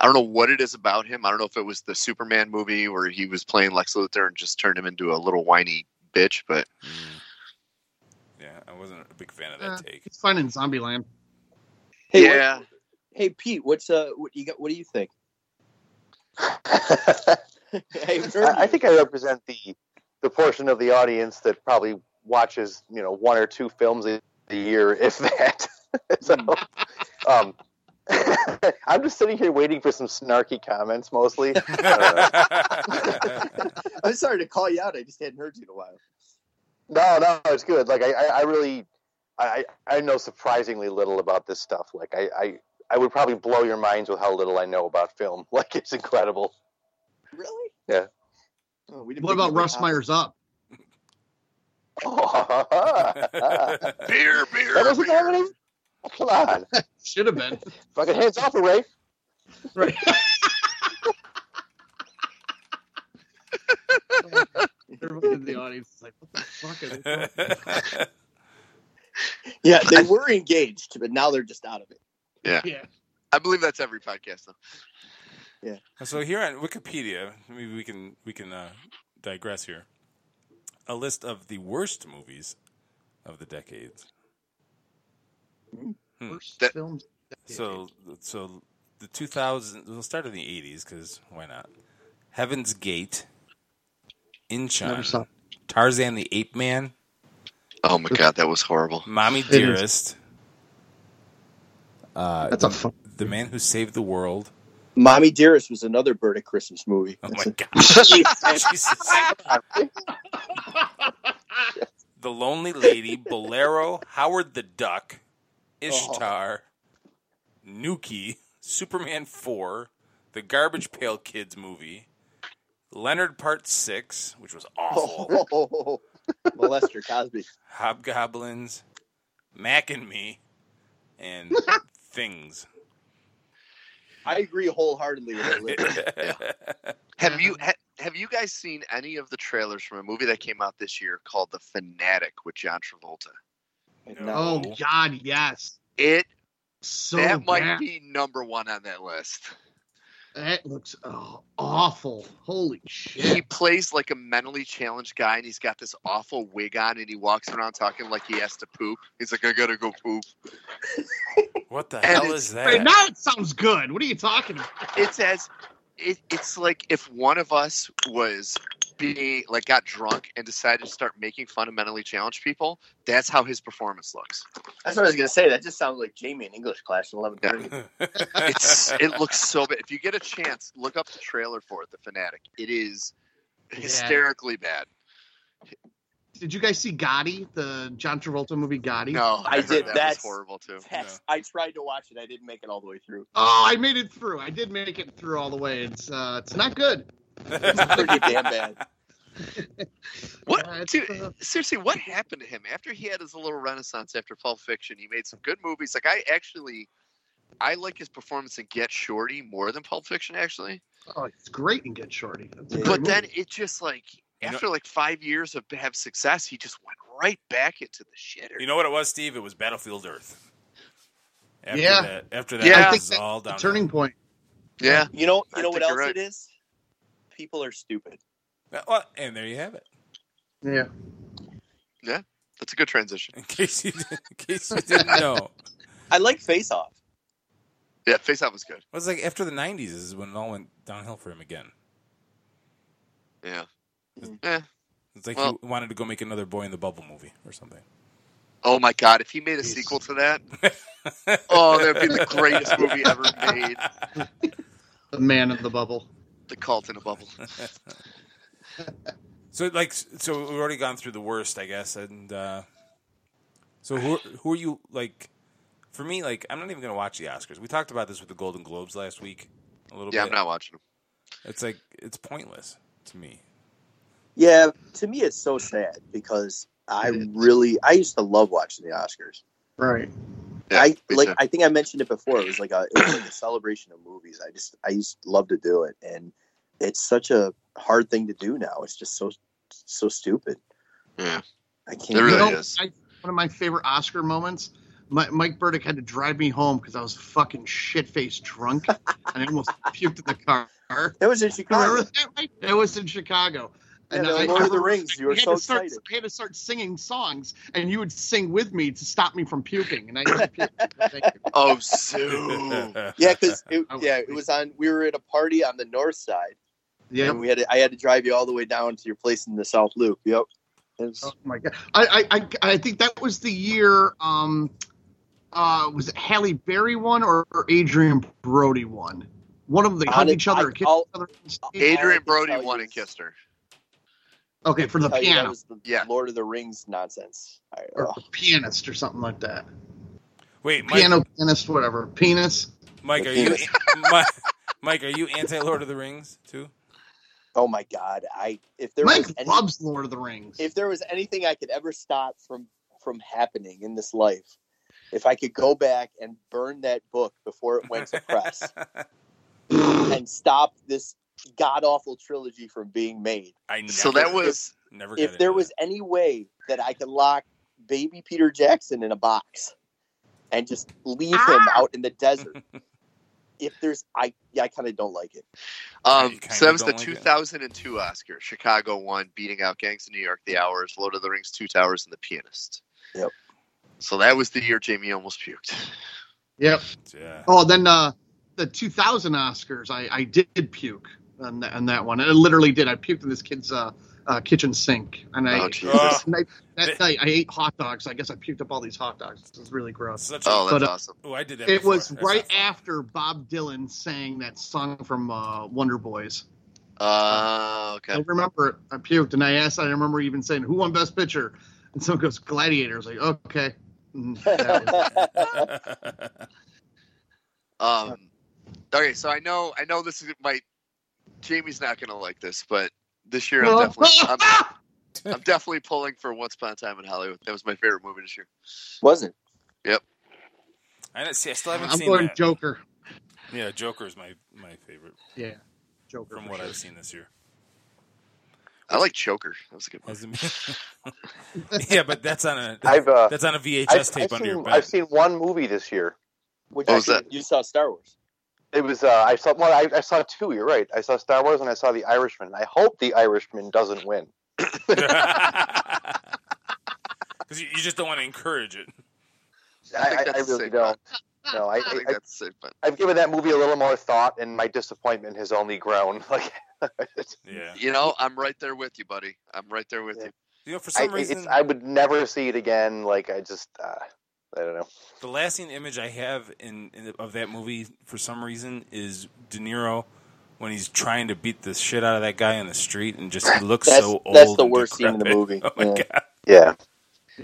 [SPEAKER 4] I don't know what it is about him. I don't know if it was the Superman movie where he was playing Lex Luthor and just turned him into a little whiny bitch. But
[SPEAKER 1] yeah, I wasn't a big fan of
[SPEAKER 5] Uh,
[SPEAKER 1] that take.
[SPEAKER 5] it's fine in Zombieland.
[SPEAKER 2] Hey, what-
[SPEAKER 4] yeah,
[SPEAKER 2] hey Pete, what's uh what you got? What do you think?
[SPEAKER 6] I,
[SPEAKER 2] Hey, Vern,
[SPEAKER 6] I think I represent the the portion of the audience that probably watches you know one or two films a, a year, if that. so,
[SPEAKER 5] Hmm.
[SPEAKER 6] um, I'm just sitting here waiting for some snarky comments, mostly. I don't know.
[SPEAKER 2] I'm sorry to call you out. I just hadn't heard you in a while.
[SPEAKER 6] No, no, it's good. Like I, I, I really, I, I I know surprisingly little about this stuff. Like I, I, I would probably blow your minds with how little I know about film. Like it's incredible.
[SPEAKER 2] Really?
[SPEAKER 6] Yeah.
[SPEAKER 2] Oh, we didn't
[SPEAKER 5] What
[SPEAKER 2] pick
[SPEAKER 5] about
[SPEAKER 2] up
[SPEAKER 5] Russ
[SPEAKER 2] on-
[SPEAKER 5] Myers up?
[SPEAKER 6] that
[SPEAKER 4] Uh. beer, beer,
[SPEAKER 6] wasn't
[SPEAKER 4] beer.
[SPEAKER 6] nominated. Come on,
[SPEAKER 5] Should have been.
[SPEAKER 6] fucking hands off, Ray.
[SPEAKER 5] Right. Everyone in the audience is like, what the fuck is this?
[SPEAKER 2] Yeah, they were engaged, but now they're just out of it.
[SPEAKER 5] Yeah.
[SPEAKER 4] I believe that's every podcast though.
[SPEAKER 1] So here on Wikipedia, maybe we can we can uh, digress here. A list of the worst movies of the decades.
[SPEAKER 5] Worst
[SPEAKER 4] That-
[SPEAKER 5] films.
[SPEAKER 1] So, so the 2000, we'll start in the 80s because why not? Heaven's Gate,
[SPEAKER 5] Never
[SPEAKER 1] Inchon,
[SPEAKER 5] saw.
[SPEAKER 1] Tarzan the Ape Man,
[SPEAKER 4] Oh my god, that was horrible.
[SPEAKER 1] Mommy
[SPEAKER 5] It is.
[SPEAKER 1] Dearest, uh,
[SPEAKER 5] That's
[SPEAKER 1] the,
[SPEAKER 5] a fun.
[SPEAKER 1] the Man Who Saved the World.
[SPEAKER 2] Mommy Dearest was another Bird at Christmas movie.
[SPEAKER 1] Oh my
[SPEAKER 2] That's a-
[SPEAKER 1] God. Jesus. the Lonely Lady, Bolero, Howard the Duck, Ishtar, Nuki, Superman 4, The Garbage Pail Kids movie, Leonard Part 6, which was awful,
[SPEAKER 2] Oh, molester Cosby.
[SPEAKER 1] Hobgoblins, Mac and Me, and Things.
[SPEAKER 2] I agree wholeheartedly with that. list.
[SPEAKER 4] Have you ha, have you guys seen any of the trailers from a movie that came out this year called The Fanatic with John Travolta?
[SPEAKER 5] Oh
[SPEAKER 1] No.
[SPEAKER 5] God, yes.
[SPEAKER 4] It
[SPEAKER 5] So
[SPEAKER 4] that might
[SPEAKER 5] bad.
[SPEAKER 4] be number one on that list.
[SPEAKER 5] That looks oh, awful. Holy
[SPEAKER 4] He
[SPEAKER 5] shit.
[SPEAKER 4] plays like a mentally challenged guy, and he's got this awful wig on, and he walks around talking like he has to poop. He's like, "I gotta go poop."
[SPEAKER 1] What the
[SPEAKER 4] And
[SPEAKER 1] hell
[SPEAKER 4] it's-
[SPEAKER 1] is
[SPEAKER 5] Hey,
[SPEAKER 1] that?
[SPEAKER 5] now it sounds good. What are you talking about?
[SPEAKER 4] It's as it, it's like if one of us was being like got drunk and decided to start making fun of mentally challenged people. That's how his performance looks.
[SPEAKER 2] That's what I was gonna say. That just sounds like Jamie in English class in eleventh grade.
[SPEAKER 4] It's it looks so bad. If you get a chance, look up the trailer for it, The Fanatic. It is hysterically bad.
[SPEAKER 5] Did you guys see Gotti, the John Travolta movie Gotti?
[SPEAKER 4] No,
[SPEAKER 2] I
[SPEAKER 4] heard
[SPEAKER 2] did.
[SPEAKER 4] that
[SPEAKER 2] That's-
[SPEAKER 4] was horrible too.
[SPEAKER 2] That's- I tried to watch it. I didn't make it all the way through.
[SPEAKER 5] Oh, I made it through. I did make it through all the way. It's uh, it's not good.
[SPEAKER 2] Pretty damn bad.
[SPEAKER 5] Uh,
[SPEAKER 4] What
[SPEAKER 5] it's,
[SPEAKER 4] dude,
[SPEAKER 5] uh,
[SPEAKER 4] seriously, what happened to him after he had his little renaissance after Pulp Fiction? He made some good movies. Like I actually, I like his performance in Get Shorty more than Pulp Fiction actually.
[SPEAKER 5] oh, it's great and good, Shorty. That's a
[SPEAKER 2] Yeah.
[SPEAKER 5] great
[SPEAKER 4] But then
[SPEAKER 5] movie.
[SPEAKER 4] it just like
[SPEAKER 1] You know-
[SPEAKER 4] after like five years of have success, he just went right back into the shitter.
[SPEAKER 1] you know what it was, Steve? It was Battlefield Earth. After
[SPEAKER 5] Yeah.
[SPEAKER 1] That, after that,
[SPEAKER 4] Yeah.
[SPEAKER 1] it
[SPEAKER 4] I
[SPEAKER 5] think
[SPEAKER 1] was
[SPEAKER 5] that-
[SPEAKER 1] all
[SPEAKER 5] the
[SPEAKER 1] down.
[SPEAKER 5] turning point.
[SPEAKER 4] yeah,
[SPEAKER 2] You know.
[SPEAKER 4] I
[SPEAKER 2] You know what
[SPEAKER 4] think
[SPEAKER 2] else
[SPEAKER 4] you're right.
[SPEAKER 2] it is? People are stupid.
[SPEAKER 1] and there you have it.
[SPEAKER 5] Yeah.
[SPEAKER 4] that's a good transition.
[SPEAKER 1] In case you, in case you didn't know,
[SPEAKER 2] I like Face Off.
[SPEAKER 4] Yeah, Face Off was good.
[SPEAKER 1] it was like after the '90s is when it all went downhill for him again.
[SPEAKER 4] Yeah. Eh.
[SPEAKER 1] It's like
[SPEAKER 4] Well-
[SPEAKER 1] he wanted to go make another Boy in the Bubble movie or something.
[SPEAKER 4] Oh my god, if he made a sequel to that, oh, that'd be the greatest movie ever made.
[SPEAKER 5] The man of the bubble.
[SPEAKER 4] The Cult in a Bubble.
[SPEAKER 1] So like, so we've already gone through the worst, I guess. And uh, so who who are you like? For me, like, I'm not even gonna watch the Oscars. We talked about this with the Golden Globes last week a little
[SPEAKER 4] Yeah, I'm
[SPEAKER 1] bit.
[SPEAKER 4] not watching him.
[SPEAKER 1] It's like it's pointless to me.
[SPEAKER 2] Yeah, to me it's so sad because I really I used to love watching the Oscars.
[SPEAKER 5] Right.
[SPEAKER 4] Yeah,
[SPEAKER 2] I
[SPEAKER 4] me
[SPEAKER 2] like
[SPEAKER 4] too.
[SPEAKER 2] I think I mentioned it before. It was like a it was like a celebration of movies. I just I used to love to do it and it's such a hard thing to do now. It's just so so stupid.
[SPEAKER 4] Yeah.
[SPEAKER 2] I can't
[SPEAKER 4] It really
[SPEAKER 5] you know,
[SPEAKER 4] is.
[SPEAKER 5] I, one of my favorite Oscar moments. My, Mike Burdick had to drive me home because I was fucking shit faced drunk, and I almost puked in the car.
[SPEAKER 2] That was in
[SPEAKER 5] You remember
[SPEAKER 2] Chicago.
[SPEAKER 5] that? Mike? That was in Chicago.
[SPEAKER 2] Yeah, the Lord of the Rings. You were
[SPEAKER 5] I had
[SPEAKER 2] so
[SPEAKER 5] to start,
[SPEAKER 2] excited.
[SPEAKER 5] I had to start singing songs, and you would sing with me to stop me from puking. And I used to puke. Thank you.
[SPEAKER 4] Oh, Sue.
[SPEAKER 2] Yeah, because it,
[SPEAKER 5] I was
[SPEAKER 2] yeah, it was on. We were at a party on the north side,
[SPEAKER 5] Yep.
[SPEAKER 2] and we had. To, I had to drive you all the way down to your place in the South Loop. Yep. It was-
[SPEAKER 5] Oh my god! I I, I, I think that was the year. Um, uh, was it Halle Berry one or, or Adrian Brody one? One of them they hugged
[SPEAKER 2] Hon-
[SPEAKER 5] each other.
[SPEAKER 2] I-
[SPEAKER 5] kissed
[SPEAKER 2] I'll-
[SPEAKER 5] each other on stage.
[SPEAKER 2] All I
[SPEAKER 4] Adrian
[SPEAKER 2] can
[SPEAKER 4] Brody
[SPEAKER 2] tell you
[SPEAKER 4] won and
[SPEAKER 2] is-
[SPEAKER 4] kissed her.
[SPEAKER 5] okay, for the
[SPEAKER 2] tell you, that
[SPEAKER 5] piano
[SPEAKER 2] was the
[SPEAKER 4] Yeah.
[SPEAKER 2] Lord of the Rings nonsense. I, oh,
[SPEAKER 5] or
[SPEAKER 2] ugh.
[SPEAKER 5] pianist or something like that.
[SPEAKER 1] Wait, Mike,
[SPEAKER 5] Piano pianist, whatever. Penis.
[SPEAKER 1] Mike, are you Mike, Mike, are you anti Lord of the Rings too?
[SPEAKER 2] oh my God! I if there
[SPEAKER 5] Mike
[SPEAKER 2] was any,
[SPEAKER 5] loves Lord of the Rings.
[SPEAKER 2] if there was anything I could ever stop from from happening in this life, if I could go back and burn that book before it went to press and stop this god awful trilogy from being made.
[SPEAKER 1] I never,
[SPEAKER 4] So that was
[SPEAKER 1] never. got
[SPEAKER 2] if there
[SPEAKER 1] into
[SPEAKER 2] was any way that I could lock baby Peter Jackson in a box and just leave him out in the desert, if there's, I yeah, I kind of don't like it.
[SPEAKER 4] um,
[SPEAKER 1] kinda
[SPEAKER 4] so that was the
[SPEAKER 1] don't like it.
[SPEAKER 4] 2002 Oscar. Chicago won, beating out Gangs of New York, The Hours, Lord of the Rings, Two Towers, and The Pianist.
[SPEAKER 2] Yep.
[SPEAKER 4] So that was the year Jamie almost puked.
[SPEAKER 5] Yep.
[SPEAKER 1] Yeah.
[SPEAKER 5] Oh, then uh, the 2000 Oscars, I, I did puke on, th- on that one. I literally did. I puked in this kid's uh, uh, kitchen sink, and I,
[SPEAKER 4] Oh, Jesus.
[SPEAKER 5] and I- that night I ate hot dogs. I guess I puked up all these hot dogs. This is really gross.
[SPEAKER 1] Such
[SPEAKER 4] Oh, that's
[SPEAKER 5] But, uh,
[SPEAKER 4] awesome.
[SPEAKER 1] Oh, I did that.
[SPEAKER 5] It
[SPEAKER 1] before.
[SPEAKER 5] was
[SPEAKER 1] That's
[SPEAKER 5] right
[SPEAKER 1] not fun.
[SPEAKER 5] after Bob Dylan sang that song from uh, Wonder Boys.
[SPEAKER 4] Uh, okay.
[SPEAKER 5] I remember it. I puked, and I asked. I remember even saying, "Who won Best Picture?" And someone goes, "Gladiator." I was like, "Okay." Mm, that was- Oh,
[SPEAKER 4] Um, okay, so I know I know this is my Jamie's not gonna like this, but this year I'm definitely I'm, I'm definitely pulling for Once Upon a Time in Hollywood. That was my favorite movie this year.
[SPEAKER 2] Wasn't
[SPEAKER 1] I didn't see. I still haven't
[SPEAKER 5] I'm
[SPEAKER 1] seen
[SPEAKER 5] going
[SPEAKER 1] that.
[SPEAKER 5] Joker.
[SPEAKER 1] yeah, Joker is my my favorite
[SPEAKER 5] Yeah, Joker.
[SPEAKER 1] from
[SPEAKER 5] for
[SPEAKER 1] what
[SPEAKER 5] sure.
[SPEAKER 1] I've seen this year.
[SPEAKER 4] I like Choker. That was a good one.
[SPEAKER 1] Hasn't been- yeah, but that's on a
[SPEAKER 6] I've, uh,
[SPEAKER 1] that's on a VHS
[SPEAKER 6] I've,
[SPEAKER 1] tape
[SPEAKER 6] I've
[SPEAKER 1] under
[SPEAKER 6] seen,
[SPEAKER 1] your bed.
[SPEAKER 6] I've seen one movie this year.
[SPEAKER 2] which
[SPEAKER 4] What
[SPEAKER 2] I
[SPEAKER 4] was
[SPEAKER 2] think you saw Star Wars.
[SPEAKER 6] It was uh, I saw well, I, I saw two. You're right. I saw Star Wars and I saw The Irishman. I hope The Irishman doesn't win.
[SPEAKER 1] Because you, you just don't want to encourage it.
[SPEAKER 4] I think
[SPEAKER 6] I, I
[SPEAKER 4] that's
[SPEAKER 6] really
[SPEAKER 4] safe,
[SPEAKER 6] don't. No, I,
[SPEAKER 4] I think
[SPEAKER 6] I,
[SPEAKER 4] that's a safe bet.
[SPEAKER 6] I've given that movie a little more thought, and my disappointment has only grown. Like, it's,
[SPEAKER 1] Yeah.
[SPEAKER 4] You know, I'm right there with you, buddy. I'm right there with
[SPEAKER 6] Yeah.
[SPEAKER 4] you.
[SPEAKER 1] You know, for
[SPEAKER 6] I,
[SPEAKER 1] some
[SPEAKER 6] it's,
[SPEAKER 1] reason,
[SPEAKER 6] I would never see it again. Like, I just, uh, I don't know.
[SPEAKER 1] the lasting image I have in, in of that movie for some reason is De Niro when he's trying to beat the shit out of that guy on the street and just he looks
[SPEAKER 2] That's-
[SPEAKER 1] so old.
[SPEAKER 2] that's the
[SPEAKER 1] and
[SPEAKER 2] worst scene in the
[SPEAKER 1] decrepit.
[SPEAKER 2] movie.
[SPEAKER 1] Oh my
[SPEAKER 2] Yeah.
[SPEAKER 1] god!
[SPEAKER 6] Yeah,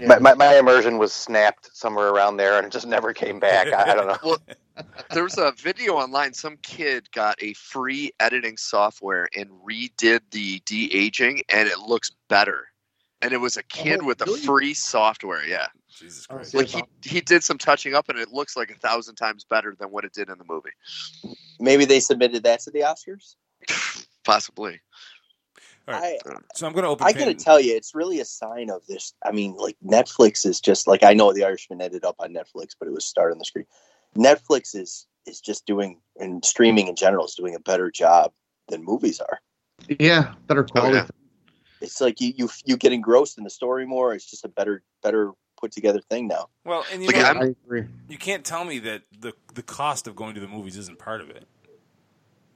[SPEAKER 5] Yeah.
[SPEAKER 6] My, my my immersion was snapped somewhere around there, and it just never came back. I, I don't know.
[SPEAKER 4] Well, there was a video online. Some kid got a free editing software and redid the de aging, and it looks better. And it was a kid
[SPEAKER 5] Oh,
[SPEAKER 4] with a
[SPEAKER 5] really?
[SPEAKER 4] free software. Yeah,
[SPEAKER 1] Jesus
[SPEAKER 5] I don't
[SPEAKER 1] Christ!
[SPEAKER 5] see
[SPEAKER 4] like
[SPEAKER 5] it,
[SPEAKER 4] he
[SPEAKER 5] Bob.
[SPEAKER 4] he did some touching up, and it looks like a thousand times better than what it did in the movie.
[SPEAKER 2] Maybe they submitted that to the Oscars.
[SPEAKER 4] Possibly.
[SPEAKER 1] All right.
[SPEAKER 2] I,
[SPEAKER 1] So I'm going to open.
[SPEAKER 2] I gotta
[SPEAKER 1] Pan-
[SPEAKER 2] tell you, it's really a sign of this. I mean, like Netflix is just like I know the Irishman ended up on Netflix, but it was starred on the screen. Netflix is is just doing and streaming in general is doing a better job than movies are.
[SPEAKER 5] Yeah, better quality.
[SPEAKER 4] yeah.
[SPEAKER 2] It's like you you you get engrossed in the story more. It's just a better better put together thing now.
[SPEAKER 1] well, and you
[SPEAKER 4] Like,
[SPEAKER 1] know,
[SPEAKER 4] I'm-
[SPEAKER 5] I agree.
[SPEAKER 1] you can't tell me that the the cost of going to the movies isn't part of it.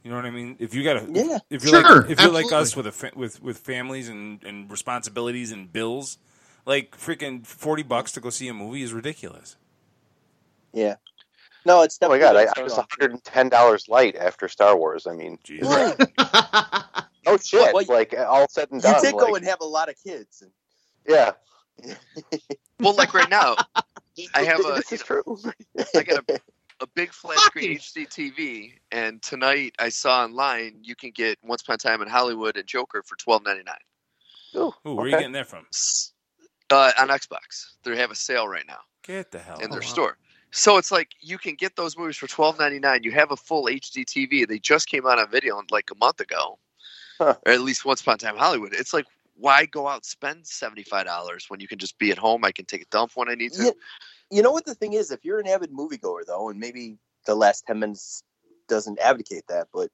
[SPEAKER 1] You know what I mean? If you got to,
[SPEAKER 2] Yeah.
[SPEAKER 1] if you're
[SPEAKER 5] Sure,
[SPEAKER 1] like, if you're like
[SPEAKER 5] absolutely.
[SPEAKER 1] us with a fa- with with families and and responsibilities and bills, like freaking forty bucks to go see a movie is ridiculous.
[SPEAKER 2] Yeah. No, it's
[SPEAKER 6] Oh my
[SPEAKER 2] definitely.
[SPEAKER 6] god, I,
[SPEAKER 2] it's
[SPEAKER 6] I was
[SPEAKER 2] not on.
[SPEAKER 6] 110 dollars light after Star Wars. I mean,
[SPEAKER 1] Jesus.
[SPEAKER 6] oh shit!
[SPEAKER 2] Well, you-
[SPEAKER 6] like all said and done,
[SPEAKER 2] you did
[SPEAKER 6] like,
[SPEAKER 2] go and have a lot of kids. And,
[SPEAKER 6] yeah,
[SPEAKER 4] Well, like right now, I have a
[SPEAKER 6] this is true.
[SPEAKER 4] I got a, a big flat screen
[SPEAKER 5] Fucking-
[SPEAKER 4] HD TV, and tonight I saw online you can get Once Upon a Time in Hollywood and Joker for twelve ninety nine.
[SPEAKER 6] Ooh,
[SPEAKER 1] Ooh, where are you
[SPEAKER 6] okay.
[SPEAKER 1] getting that from?
[SPEAKER 4] uh, on Xbox. They have a sale right now
[SPEAKER 1] Get the hell.
[SPEAKER 4] in
[SPEAKER 2] Oh,
[SPEAKER 4] their
[SPEAKER 1] out.
[SPEAKER 4] store. So it's like you can get those movies for twelve ninety nine. You have a full HD TV. They just came out on video like a month ago,
[SPEAKER 6] Huh.
[SPEAKER 4] or at least once upon a time Hollywood. It's like why go out and spend seventy five dollars when you can just be at home? I can take a dump when I need to.
[SPEAKER 2] you, you know what the thing is? If you're an avid moviegoer, though, and maybe the last ten minutes doesn't advocate that, but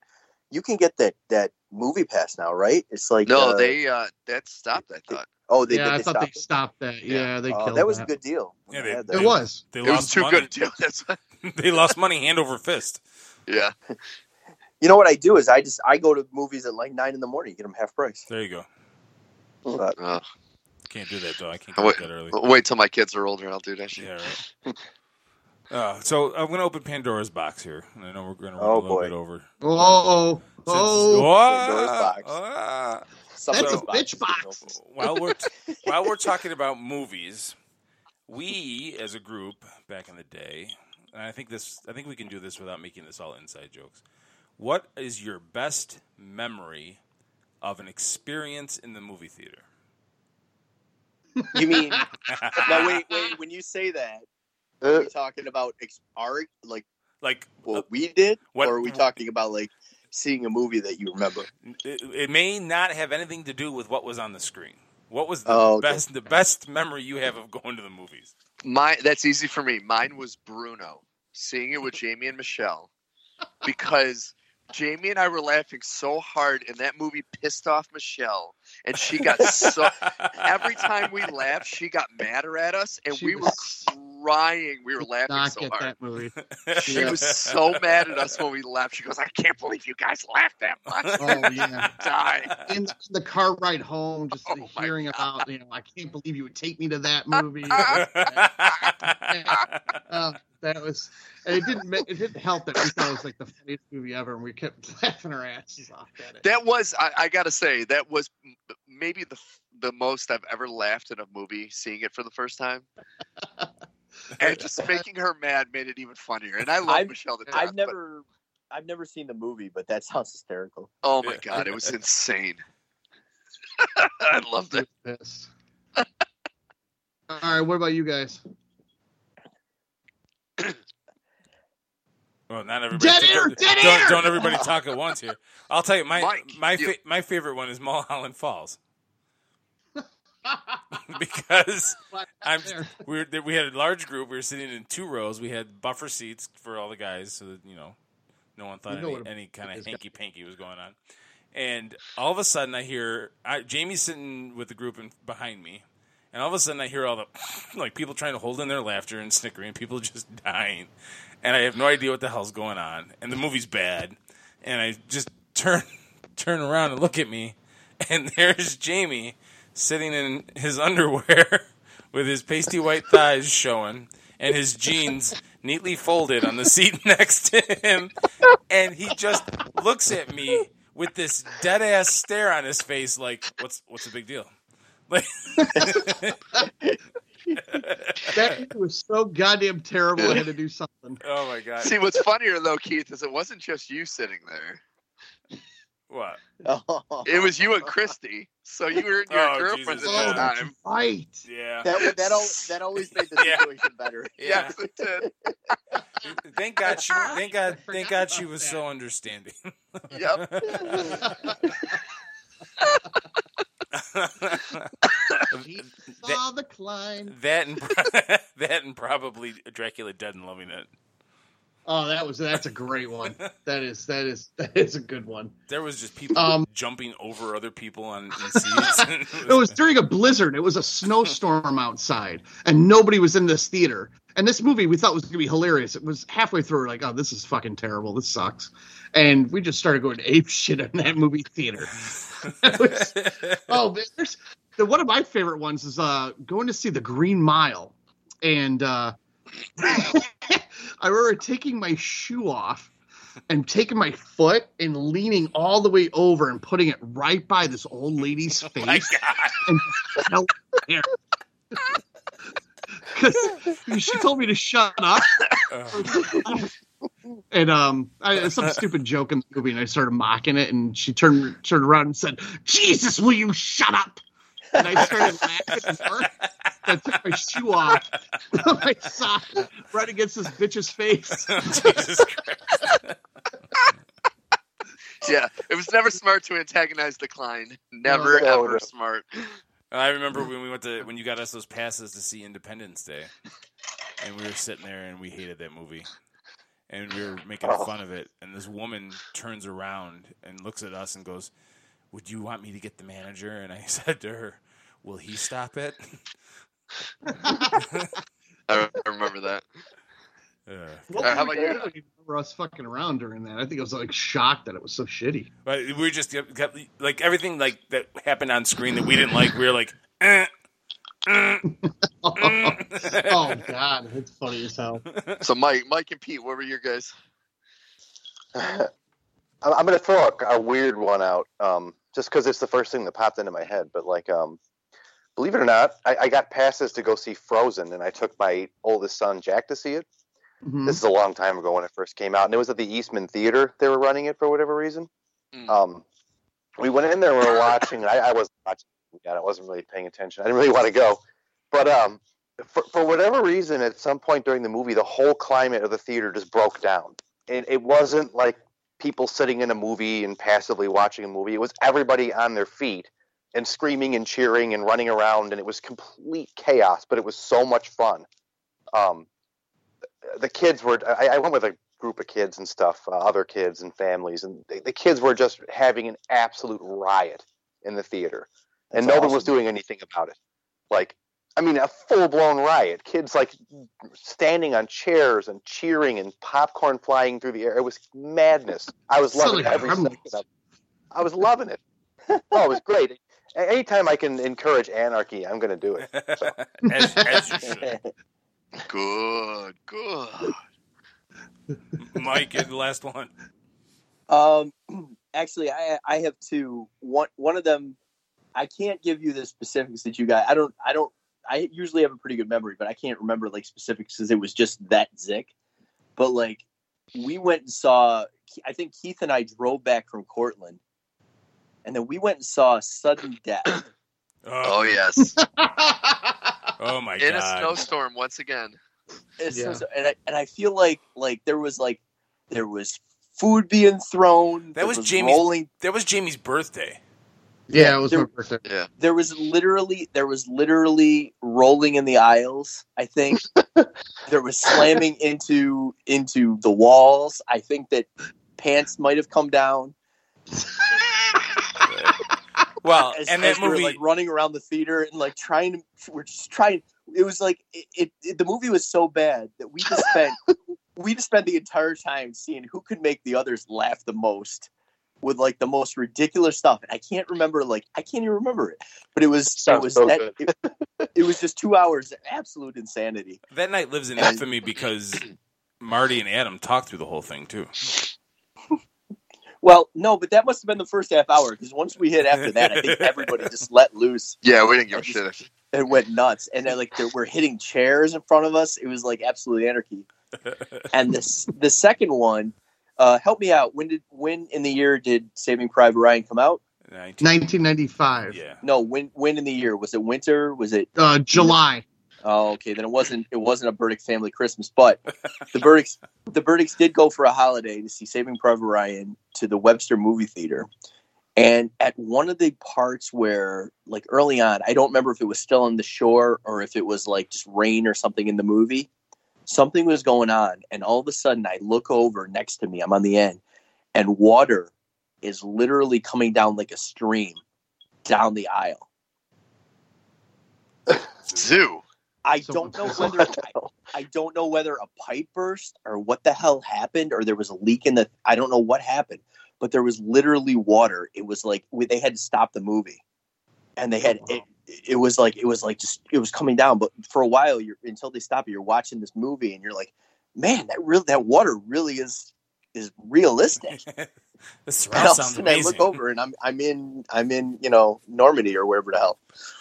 [SPEAKER 2] you can get that that movie pass now, right? It's like
[SPEAKER 4] no,
[SPEAKER 2] uh,
[SPEAKER 4] they uh, that stopped. I thought
[SPEAKER 2] Oh, they
[SPEAKER 5] yeah,
[SPEAKER 2] did.
[SPEAKER 5] I
[SPEAKER 2] They
[SPEAKER 5] thought
[SPEAKER 2] stopped.
[SPEAKER 5] they stopped that. Yeah,
[SPEAKER 4] Yeah.
[SPEAKER 5] they
[SPEAKER 2] Oh,
[SPEAKER 5] killed
[SPEAKER 2] that was
[SPEAKER 5] that.
[SPEAKER 2] a good deal.
[SPEAKER 1] Yeah,
[SPEAKER 2] I
[SPEAKER 1] they-
[SPEAKER 2] had
[SPEAKER 1] they-
[SPEAKER 5] It
[SPEAKER 2] that.
[SPEAKER 5] was.
[SPEAKER 1] They
[SPEAKER 4] it was
[SPEAKER 1] lost
[SPEAKER 4] too
[SPEAKER 1] money.
[SPEAKER 4] good to do. That's why.
[SPEAKER 1] they lost money hand over fist.
[SPEAKER 4] yeah.
[SPEAKER 2] You know what I do is I just I go to movies at like nine in the morning. Get them half price.
[SPEAKER 1] There you go.
[SPEAKER 2] But
[SPEAKER 4] Uh,
[SPEAKER 1] Can't do that though. I can't
[SPEAKER 4] I
[SPEAKER 1] do
[SPEAKER 4] would-
[SPEAKER 1] that early.
[SPEAKER 4] wait till my kids are older. I'll do that shit.
[SPEAKER 1] Yeah. Right. Uh, so I'm going to open Pandora's box here, and I know we're going to run
[SPEAKER 2] Oh,
[SPEAKER 1] a little
[SPEAKER 2] boy.
[SPEAKER 1] bit over.
[SPEAKER 5] Oh, oh,
[SPEAKER 1] Since-
[SPEAKER 5] oh.
[SPEAKER 1] Whoa,
[SPEAKER 2] box.
[SPEAKER 1] ah.
[SPEAKER 2] somebody's
[SPEAKER 1] a
[SPEAKER 5] bitch box.
[SPEAKER 2] signal.
[SPEAKER 1] while we're t- while we're talking about movies, we as a group back in the day, and I think this I think we can do this without making this all inside jokes. What is your best memory of an experience in the movie theater?
[SPEAKER 2] You mean? no, wait, wait. When you say that,
[SPEAKER 6] Uh,
[SPEAKER 2] you're talking about ex- art, like
[SPEAKER 1] like
[SPEAKER 5] Uh,
[SPEAKER 2] what we did,
[SPEAKER 1] What-
[SPEAKER 2] or are we talking about like seeing a movie that you remember?
[SPEAKER 1] it, it may not have anything to do with what was on the screen. What was the
[SPEAKER 2] Oh, okay.
[SPEAKER 1] best the best memory you have of going to the movies?
[SPEAKER 4] My that's easy for me. Mine was Bruno seeing it with Jamie and Michelle because Jamie and I were laughing so hard, and that movie pissed off Michelle, and she got so. Every time we laughed, she got madder at us, and
[SPEAKER 5] She
[SPEAKER 4] we were
[SPEAKER 5] was-
[SPEAKER 4] crying. We were laughing
[SPEAKER 5] Not
[SPEAKER 4] so
[SPEAKER 5] get
[SPEAKER 4] hard.
[SPEAKER 5] that movie.
[SPEAKER 4] She
[SPEAKER 5] Yeah.
[SPEAKER 4] was so mad at us when we left. She goes, "I can't believe you guys laughed that much."
[SPEAKER 5] Oh, yeah.
[SPEAKER 4] Die.
[SPEAKER 5] In the car ride home, just hearing about, you know, I can't believe you would take me to that movie. Uh, that was, and it didn't, ma- it didn't help that we thought it was like the funniest movie ever, and we kept laughing our asses off at it.
[SPEAKER 4] That was, I, I gotta say, that was m- maybe the f- the most I've ever laughed in a movie seeing it for the first time. and just making her mad made it even funnier. And I love
[SPEAKER 2] I've-
[SPEAKER 4] Michelle to death.
[SPEAKER 2] I've
[SPEAKER 4] but-
[SPEAKER 2] never, I've never seen the movie, but that sounds hysterical.
[SPEAKER 4] oh my god, it was insane. I loved it.
[SPEAKER 5] Pissed. All right, what about you guys?
[SPEAKER 1] Well, not everybody.
[SPEAKER 5] Dead
[SPEAKER 1] don't-
[SPEAKER 5] air! Dead
[SPEAKER 1] don't,
[SPEAKER 5] air!
[SPEAKER 1] don't everybody talk at once here. I'll tell you my
[SPEAKER 4] Mike,
[SPEAKER 1] my
[SPEAKER 4] you-
[SPEAKER 1] fa- my favorite one is Mulholland Falls. because I'm we were, we had a large group. We were sitting in two rows. We had buffer seats for all the guys, so that you know, no one thought
[SPEAKER 5] You know
[SPEAKER 1] any,
[SPEAKER 5] what a-
[SPEAKER 1] any kind of
[SPEAKER 5] is that-
[SPEAKER 1] hanky panky was going on. And all of a sudden, I hear I, Jamie's sitting with the group in, behind me, and all of a sudden, I hear all the like people trying to hold in their laughter and snickering, people just dying, and I have no idea what the hell's going on. And the movie's bad, and I just turn turn around and look at me, and there's Jamie sitting in his underwear with his pasty white thighs showing and his jeans neatly folded on the seat next to him. And he just looks at me with this dead ass stare on his face like, What's what's the big deal? Like
[SPEAKER 5] That movie was so goddamn terrible. I had to do something.
[SPEAKER 1] Oh my god.
[SPEAKER 4] See, what's funnier though, Keith, is it wasn't just you sitting there.
[SPEAKER 1] What?
[SPEAKER 4] It was you and Christy. So you were in your
[SPEAKER 1] Oh,
[SPEAKER 4] girlfriend's
[SPEAKER 1] Jesus,
[SPEAKER 4] at
[SPEAKER 1] yeah.
[SPEAKER 4] the time.
[SPEAKER 5] Right.
[SPEAKER 1] Yeah.
[SPEAKER 2] That that al- that always made the
[SPEAKER 1] Yeah.
[SPEAKER 2] situation better.
[SPEAKER 1] Yeah.
[SPEAKER 4] Yes, it did.
[SPEAKER 1] Thank God she thank God thank God she was so understanding.
[SPEAKER 4] Yep.
[SPEAKER 5] He saw the climb.
[SPEAKER 1] That and pro- that and probably Dracula Dead and Loving It.
[SPEAKER 5] Oh, that was that's a great one. That is that is that is a good one.
[SPEAKER 1] There was just people
[SPEAKER 5] Um,
[SPEAKER 1] jumping over other people on in seats.
[SPEAKER 5] It was during a blizzard. It was a snowstorm outside, and nobody was in this theater. And this movie we thought was going to be hilarious. It was halfway through, we're like, oh, this is fucking terrible. This sucks. And we just started going ape shit in that movie theater. It was- oh, man, there's the, one of my favorite ones is uh, going to see the Green Mile, and uh, I remember taking my shoe off and taking my foot and leaning all the way over and putting it right by this old lady's
[SPEAKER 1] My
[SPEAKER 5] face
[SPEAKER 1] God.
[SPEAKER 5] and held her hair. 'Cause she told me to shut up, um,
[SPEAKER 1] Oh,
[SPEAKER 5] and um, I, some stupid joke in the movie, and I started mocking it, and she turned turned around and said, "Jesus, will you shut up?" And I started laughing more. I took my shoe off, my sock, right against this bitch's face.
[SPEAKER 1] Jesus Christ.
[SPEAKER 4] Yeah, it was never smart to antagonize the Klein. Never
[SPEAKER 6] No, no.
[SPEAKER 4] ever smart.
[SPEAKER 1] I remember when we went to when you got us those passes to see Independence Day, and we were sitting there and we hated that movie, and we were making
[SPEAKER 6] Oh.
[SPEAKER 1] fun of it. And this woman turns around and looks at us and goes, "Would you want me to get the manager?" And I said to her, "Will he stop it?"
[SPEAKER 4] I I remember that.
[SPEAKER 1] Uh,
[SPEAKER 5] What
[SPEAKER 4] Uh, how
[SPEAKER 5] were
[SPEAKER 4] about you?
[SPEAKER 5] we doing? I don't even remember us fucking around during that. I think I was like shocked that it was so shitty.
[SPEAKER 1] But we were just got, like everything like that happened on screen that we didn't like. We were like, uh." eh, eh.
[SPEAKER 5] oh god, it's funny as hell.
[SPEAKER 4] So Mike, Mike and Pete, what were your guys?
[SPEAKER 6] I'm- I'm going to throw a, a weird one out, um, just because it's the first thing that popped into my head. But like, um, believe it or not, I, I got passes to go see Frozen, and I took my oldest son Jack to see it.
[SPEAKER 5] Mhm.
[SPEAKER 6] This is a long time ago when it first came out, and it was at the Eastman Theater. They were running it for whatever reason.
[SPEAKER 4] Mm.
[SPEAKER 6] Um, we went in there, we were watching, and I, I wasn't watching. God, I wasn't really paying attention. I didn't really want to go, but um, for, for whatever reason, at some point during the movie, the whole climate of the theater just broke down. And it wasn't like people sitting in a movie and passively watching a movie. It was everybody on their feet and screaming and cheering and running around, and it was complete chaos. But it was so much fun. Um, the kids were. I, I went with a group of kids and stuff, uh, other kids and families, and the, the kids were just having an absolute riot in the theater, and
[SPEAKER 2] That's
[SPEAKER 6] nobody was
[SPEAKER 2] awesome.
[SPEAKER 6] doing anything about it. Like I mean, a full blown riot. Kids like standing on chairs and cheering and popcorn flying through the air. It was madness. I was
[SPEAKER 5] Sounds
[SPEAKER 6] loving
[SPEAKER 5] like
[SPEAKER 6] every
[SPEAKER 5] I'm-
[SPEAKER 6] second of it. I was loving it. Oh, it was great. A- Anytime I can encourage anarchy, I'm going to do it. So.
[SPEAKER 1] As- as you should.
[SPEAKER 4] Good, good.
[SPEAKER 1] Mike, you're the last one.
[SPEAKER 2] Um, actually, I I have two. One one of them, I can't give you the specifics that you got. I don't. I don't. I usually have a pretty good memory, but I can't remember like specifics because it was just that zick. But like, we went and saw. I think Keith and I drove back from Cortland, and then we went and saw Sudden Death.
[SPEAKER 4] Oh yes,
[SPEAKER 1] oh my
[SPEAKER 4] in a
[SPEAKER 1] God.
[SPEAKER 4] snowstorm once again.
[SPEAKER 2] It's
[SPEAKER 5] Yeah.
[SPEAKER 2] so- and I, and I feel like like there was like there was food being thrown.
[SPEAKER 1] That
[SPEAKER 2] there
[SPEAKER 1] was
[SPEAKER 2] was
[SPEAKER 1] Jamie's.
[SPEAKER 2] rolling
[SPEAKER 1] That was Jamie's birthday.
[SPEAKER 5] Yeah, it was my
[SPEAKER 2] There-
[SPEAKER 5] birthday.
[SPEAKER 4] Yeah,
[SPEAKER 2] there was literally there was literally rolling in the aisles i think there was slamming into into the walls i think that pants might have come down
[SPEAKER 1] Well,
[SPEAKER 2] as,
[SPEAKER 1] Uh, and
[SPEAKER 2] as
[SPEAKER 1] that
[SPEAKER 2] we were,
[SPEAKER 1] movie.
[SPEAKER 2] like running around the theater and like trying to we're just trying it was like it, it, it the movie was so bad that we just spent we just spent the entire time seeing who could make the others laugh the most with like the most ridiculous stuff and i can't remember like i can't even remember it but it was it
[SPEAKER 6] Sounds
[SPEAKER 2] was
[SPEAKER 6] so
[SPEAKER 2] that, it, it was just two hours of absolute insanity
[SPEAKER 1] That night lives in
[SPEAKER 2] And-
[SPEAKER 1] infamy because Marty and Adam talked through the whole thing too.
[SPEAKER 2] well no but that must have been the first half hour because once we hit after that i think everybody just let loose
[SPEAKER 4] yeah, we didn't give a shit.
[SPEAKER 2] and went nuts. And then, like, there, we're hitting chairs in front of us. It was like absolute anarchy. And this, the second one, uh, help me out. When did when in the year did Saving Private Ryan come out?
[SPEAKER 1] 19,
[SPEAKER 5] 1995.
[SPEAKER 1] yeah.
[SPEAKER 2] No, when when in the year was it? Winter? Was it?
[SPEAKER 5] Uh, July.
[SPEAKER 2] Oh, okay. Then it wasn't. It wasn't a Burdick family Christmas. But the Burdicks, the Burdicks did go for a holiday to see Saving Private Ryan to the Webster movie theater. And at one of the parts where, like early on, I don't remember if it was still on the shore or if it was like just rain or something in the movie, something was going on. And all of a sudden, I look over next to me, I'm on the end, and water is literally coming down like a stream down the aisle.
[SPEAKER 4] Zoo.
[SPEAKER 2] I
[SPEAKER 5] So-
[SPEAKER 2] don't know whether I don't know whether a pipe burst or what the hell happened or there was a leak in the I don't know what happened, but there was literally water. It was like we, they had to stop the movie. And they had it, it was like it was like just it was coming down, but for a while you're until they stop it, you're watching this movie and you're like, "Man, that real that water really is is realistic."
[SPEAKER 1] the
[SPEAKER 2] And
[SPEAKER 1] surround
[SPEAKER 2] all of a
[SPEAKER 1] sounds
[SPEAKER 2] sudden I
[SPEAKER 1] amazing.
[SPEAKER 2] look over and I'm I'm in I'm in, you know, Normandy or wherever the hell.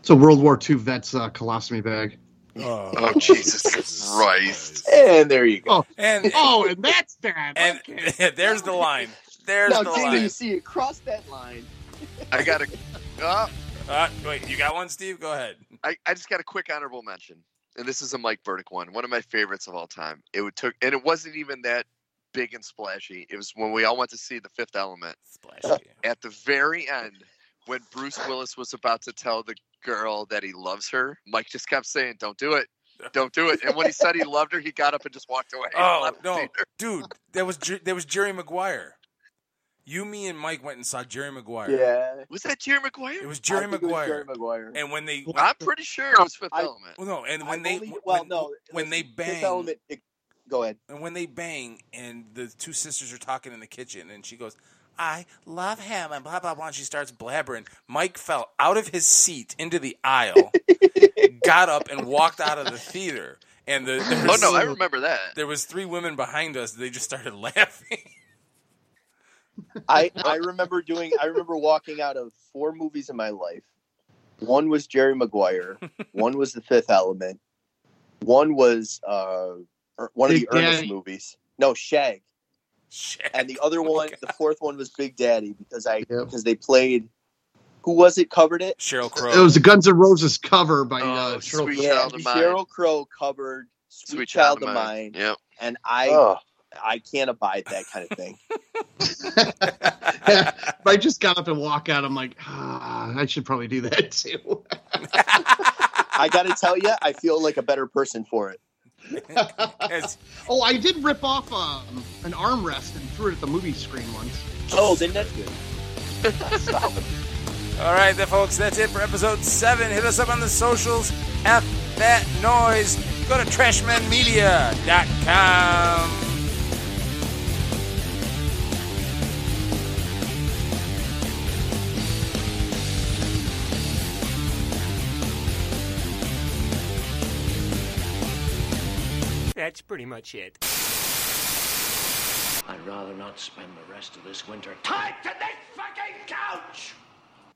[SPEAKER 5] It's a World War II vet's uh, colostomy bag.
[SPEAKER 1] Oh,
[SPEAKER 4] Oh Jesus Christ!
[SPEAKER 2] And there you go.
[SPEAKER 1] And
[SPEAKER 5] Oh, and that's bad.
[SPEAKER 1] and there's the line. There's
[SPEAKER 2] Now,
[SPEAKER 1] the
[SPEAKER 2] Jamie,
[SPEAKER 1] line.
[SPEAKER 2] you see it cross that line.
[SPEAKER 4] I got a. Uh,
[SPEAKER 1] Uh, wait, you got one, Steve? Go ahead.
[SPEAKER 4] I, I just got a quick honorable mention, and this is a Mike Burdick one, one of my favorites of all time. It would took, and it wasn't even that big and splashy. It was when we all went to see The Fifth Element
[SPEAKER 2] Uh,
[SPEAKER 1] Splash.
[SPEAKER 4] at the very end when Bruce Willis was about to tell the girl that he loves her. Mike just kept saying, "Don't do it." Don't do it. And when he said he loved her, he got up and just walked away. and
[SPEAKER 1] Oh
[SPEAKER 4] left the
[SPEAKER 1] no,
[SPEAKER 4] theater.
[SPEAKER 1] dude, that was Jer- that was Jerry Maguire. You, me, and Mike went and saw Jerry Maguire.
[SPEAKER 2] Yeah.
[SPEAKER 4] Was that Jerry Maguire?
[SPEAKER 1] it was Jerry
[SPEAKER 2] I think it was
[SPEAKER 1] Maguire.
[SPEAKER 2] Jerry Maguire.
[SPEAKER 1] And when they,
[SPEAKER 4] I'm pretty sure it was Fifth
[SPEAKER 2] I-
[SPEAKER 4] Element.
[SPEAKER 1] well, no, and when
[SPEAKER 2] I
[SPEAKER 1] they,
[SPEAKER 2] believe- well,
[SPEAKER 1] when,
[SPEAKER 2] no,
[SPEAKER 1] when they
[SPEAKER 2] Fifth
[SPEAKER 1] bang,
[SPEAKER 2] Element- it- go ahead.
[SPEAKER 1] and when they bang, and the two sisters are talking in the kitchen, and she goes, "I love him," and blah blah blah. And she starts blabbering. Mike fell out of his seat into the aisle, got up, and walked out of the theater. And the there
[SPEAKER 4] Oh
[SPEAKER 1] was,
[SPEAKER 4] no, I remember that.
[SPEAKER 1] there was three women behind us. They just started laughing.
[SPEAKER 2] I I remember doing. I remember walking out of four movies in my life. One was Jerry Maguire. One was The Fifth Element. One was uh, er- one of
[SPEAKER 5] Big
[SPEAKER 2] the Ernest
[SPEAKER 5] Daddy.
[SPEAKER 2] movies. No, Shag.
[SPEAKER 1] Shit.
[SPEAKER 2] And the other one, the fourth one was Big Daddy because I
[SPEAKER 5] Yep.
[SPEAKER 2] because they played. Who was it covered it?
[SPEAKER 1] Cheryl
[SPEAKER 5] It
[SPEAKER 1] Crow.
[SPEAKER 5] was a Guns N' Roses cover by uh,
[SPEAKER 4] Oh,
[SPEAKER 5] Cheryl
[SPEAKER 4] sweet.
[SPEAKER 5] Crow.
[SPEAKER 4] Child of Mine.
[SPEAKER 2] Cheryl Crow covered Sweet, Child, of Mine,
[SPEAKER 4] Yep.
[SPEAKER 2] and I
[SPEAKER 6] Oh,
[SPEAKER 2] I can't abide that kind of thing.
[SPEAKER 5] If I just got up and walk out. I'm like, ah, I should probably do that too.
[SPEAKER 2] I got to tell you, I feel like a better person for it.
[SPEAKER 1] As-
[SPEAKER 5] oh, I did rip off um, an armrest and threw it at the movie screen once.
[SPEAKER 2] Oh, then that's good.
[SPEAKER 1] All right, then, folks, that's it for episode seven. Hit us up on the socials. F that noise. Go to trashmanmedia.com.
[SPEAKER 9] That's pretty much it.
[SPEAKER 6] I'd rather not spend the rest of this winter tied to this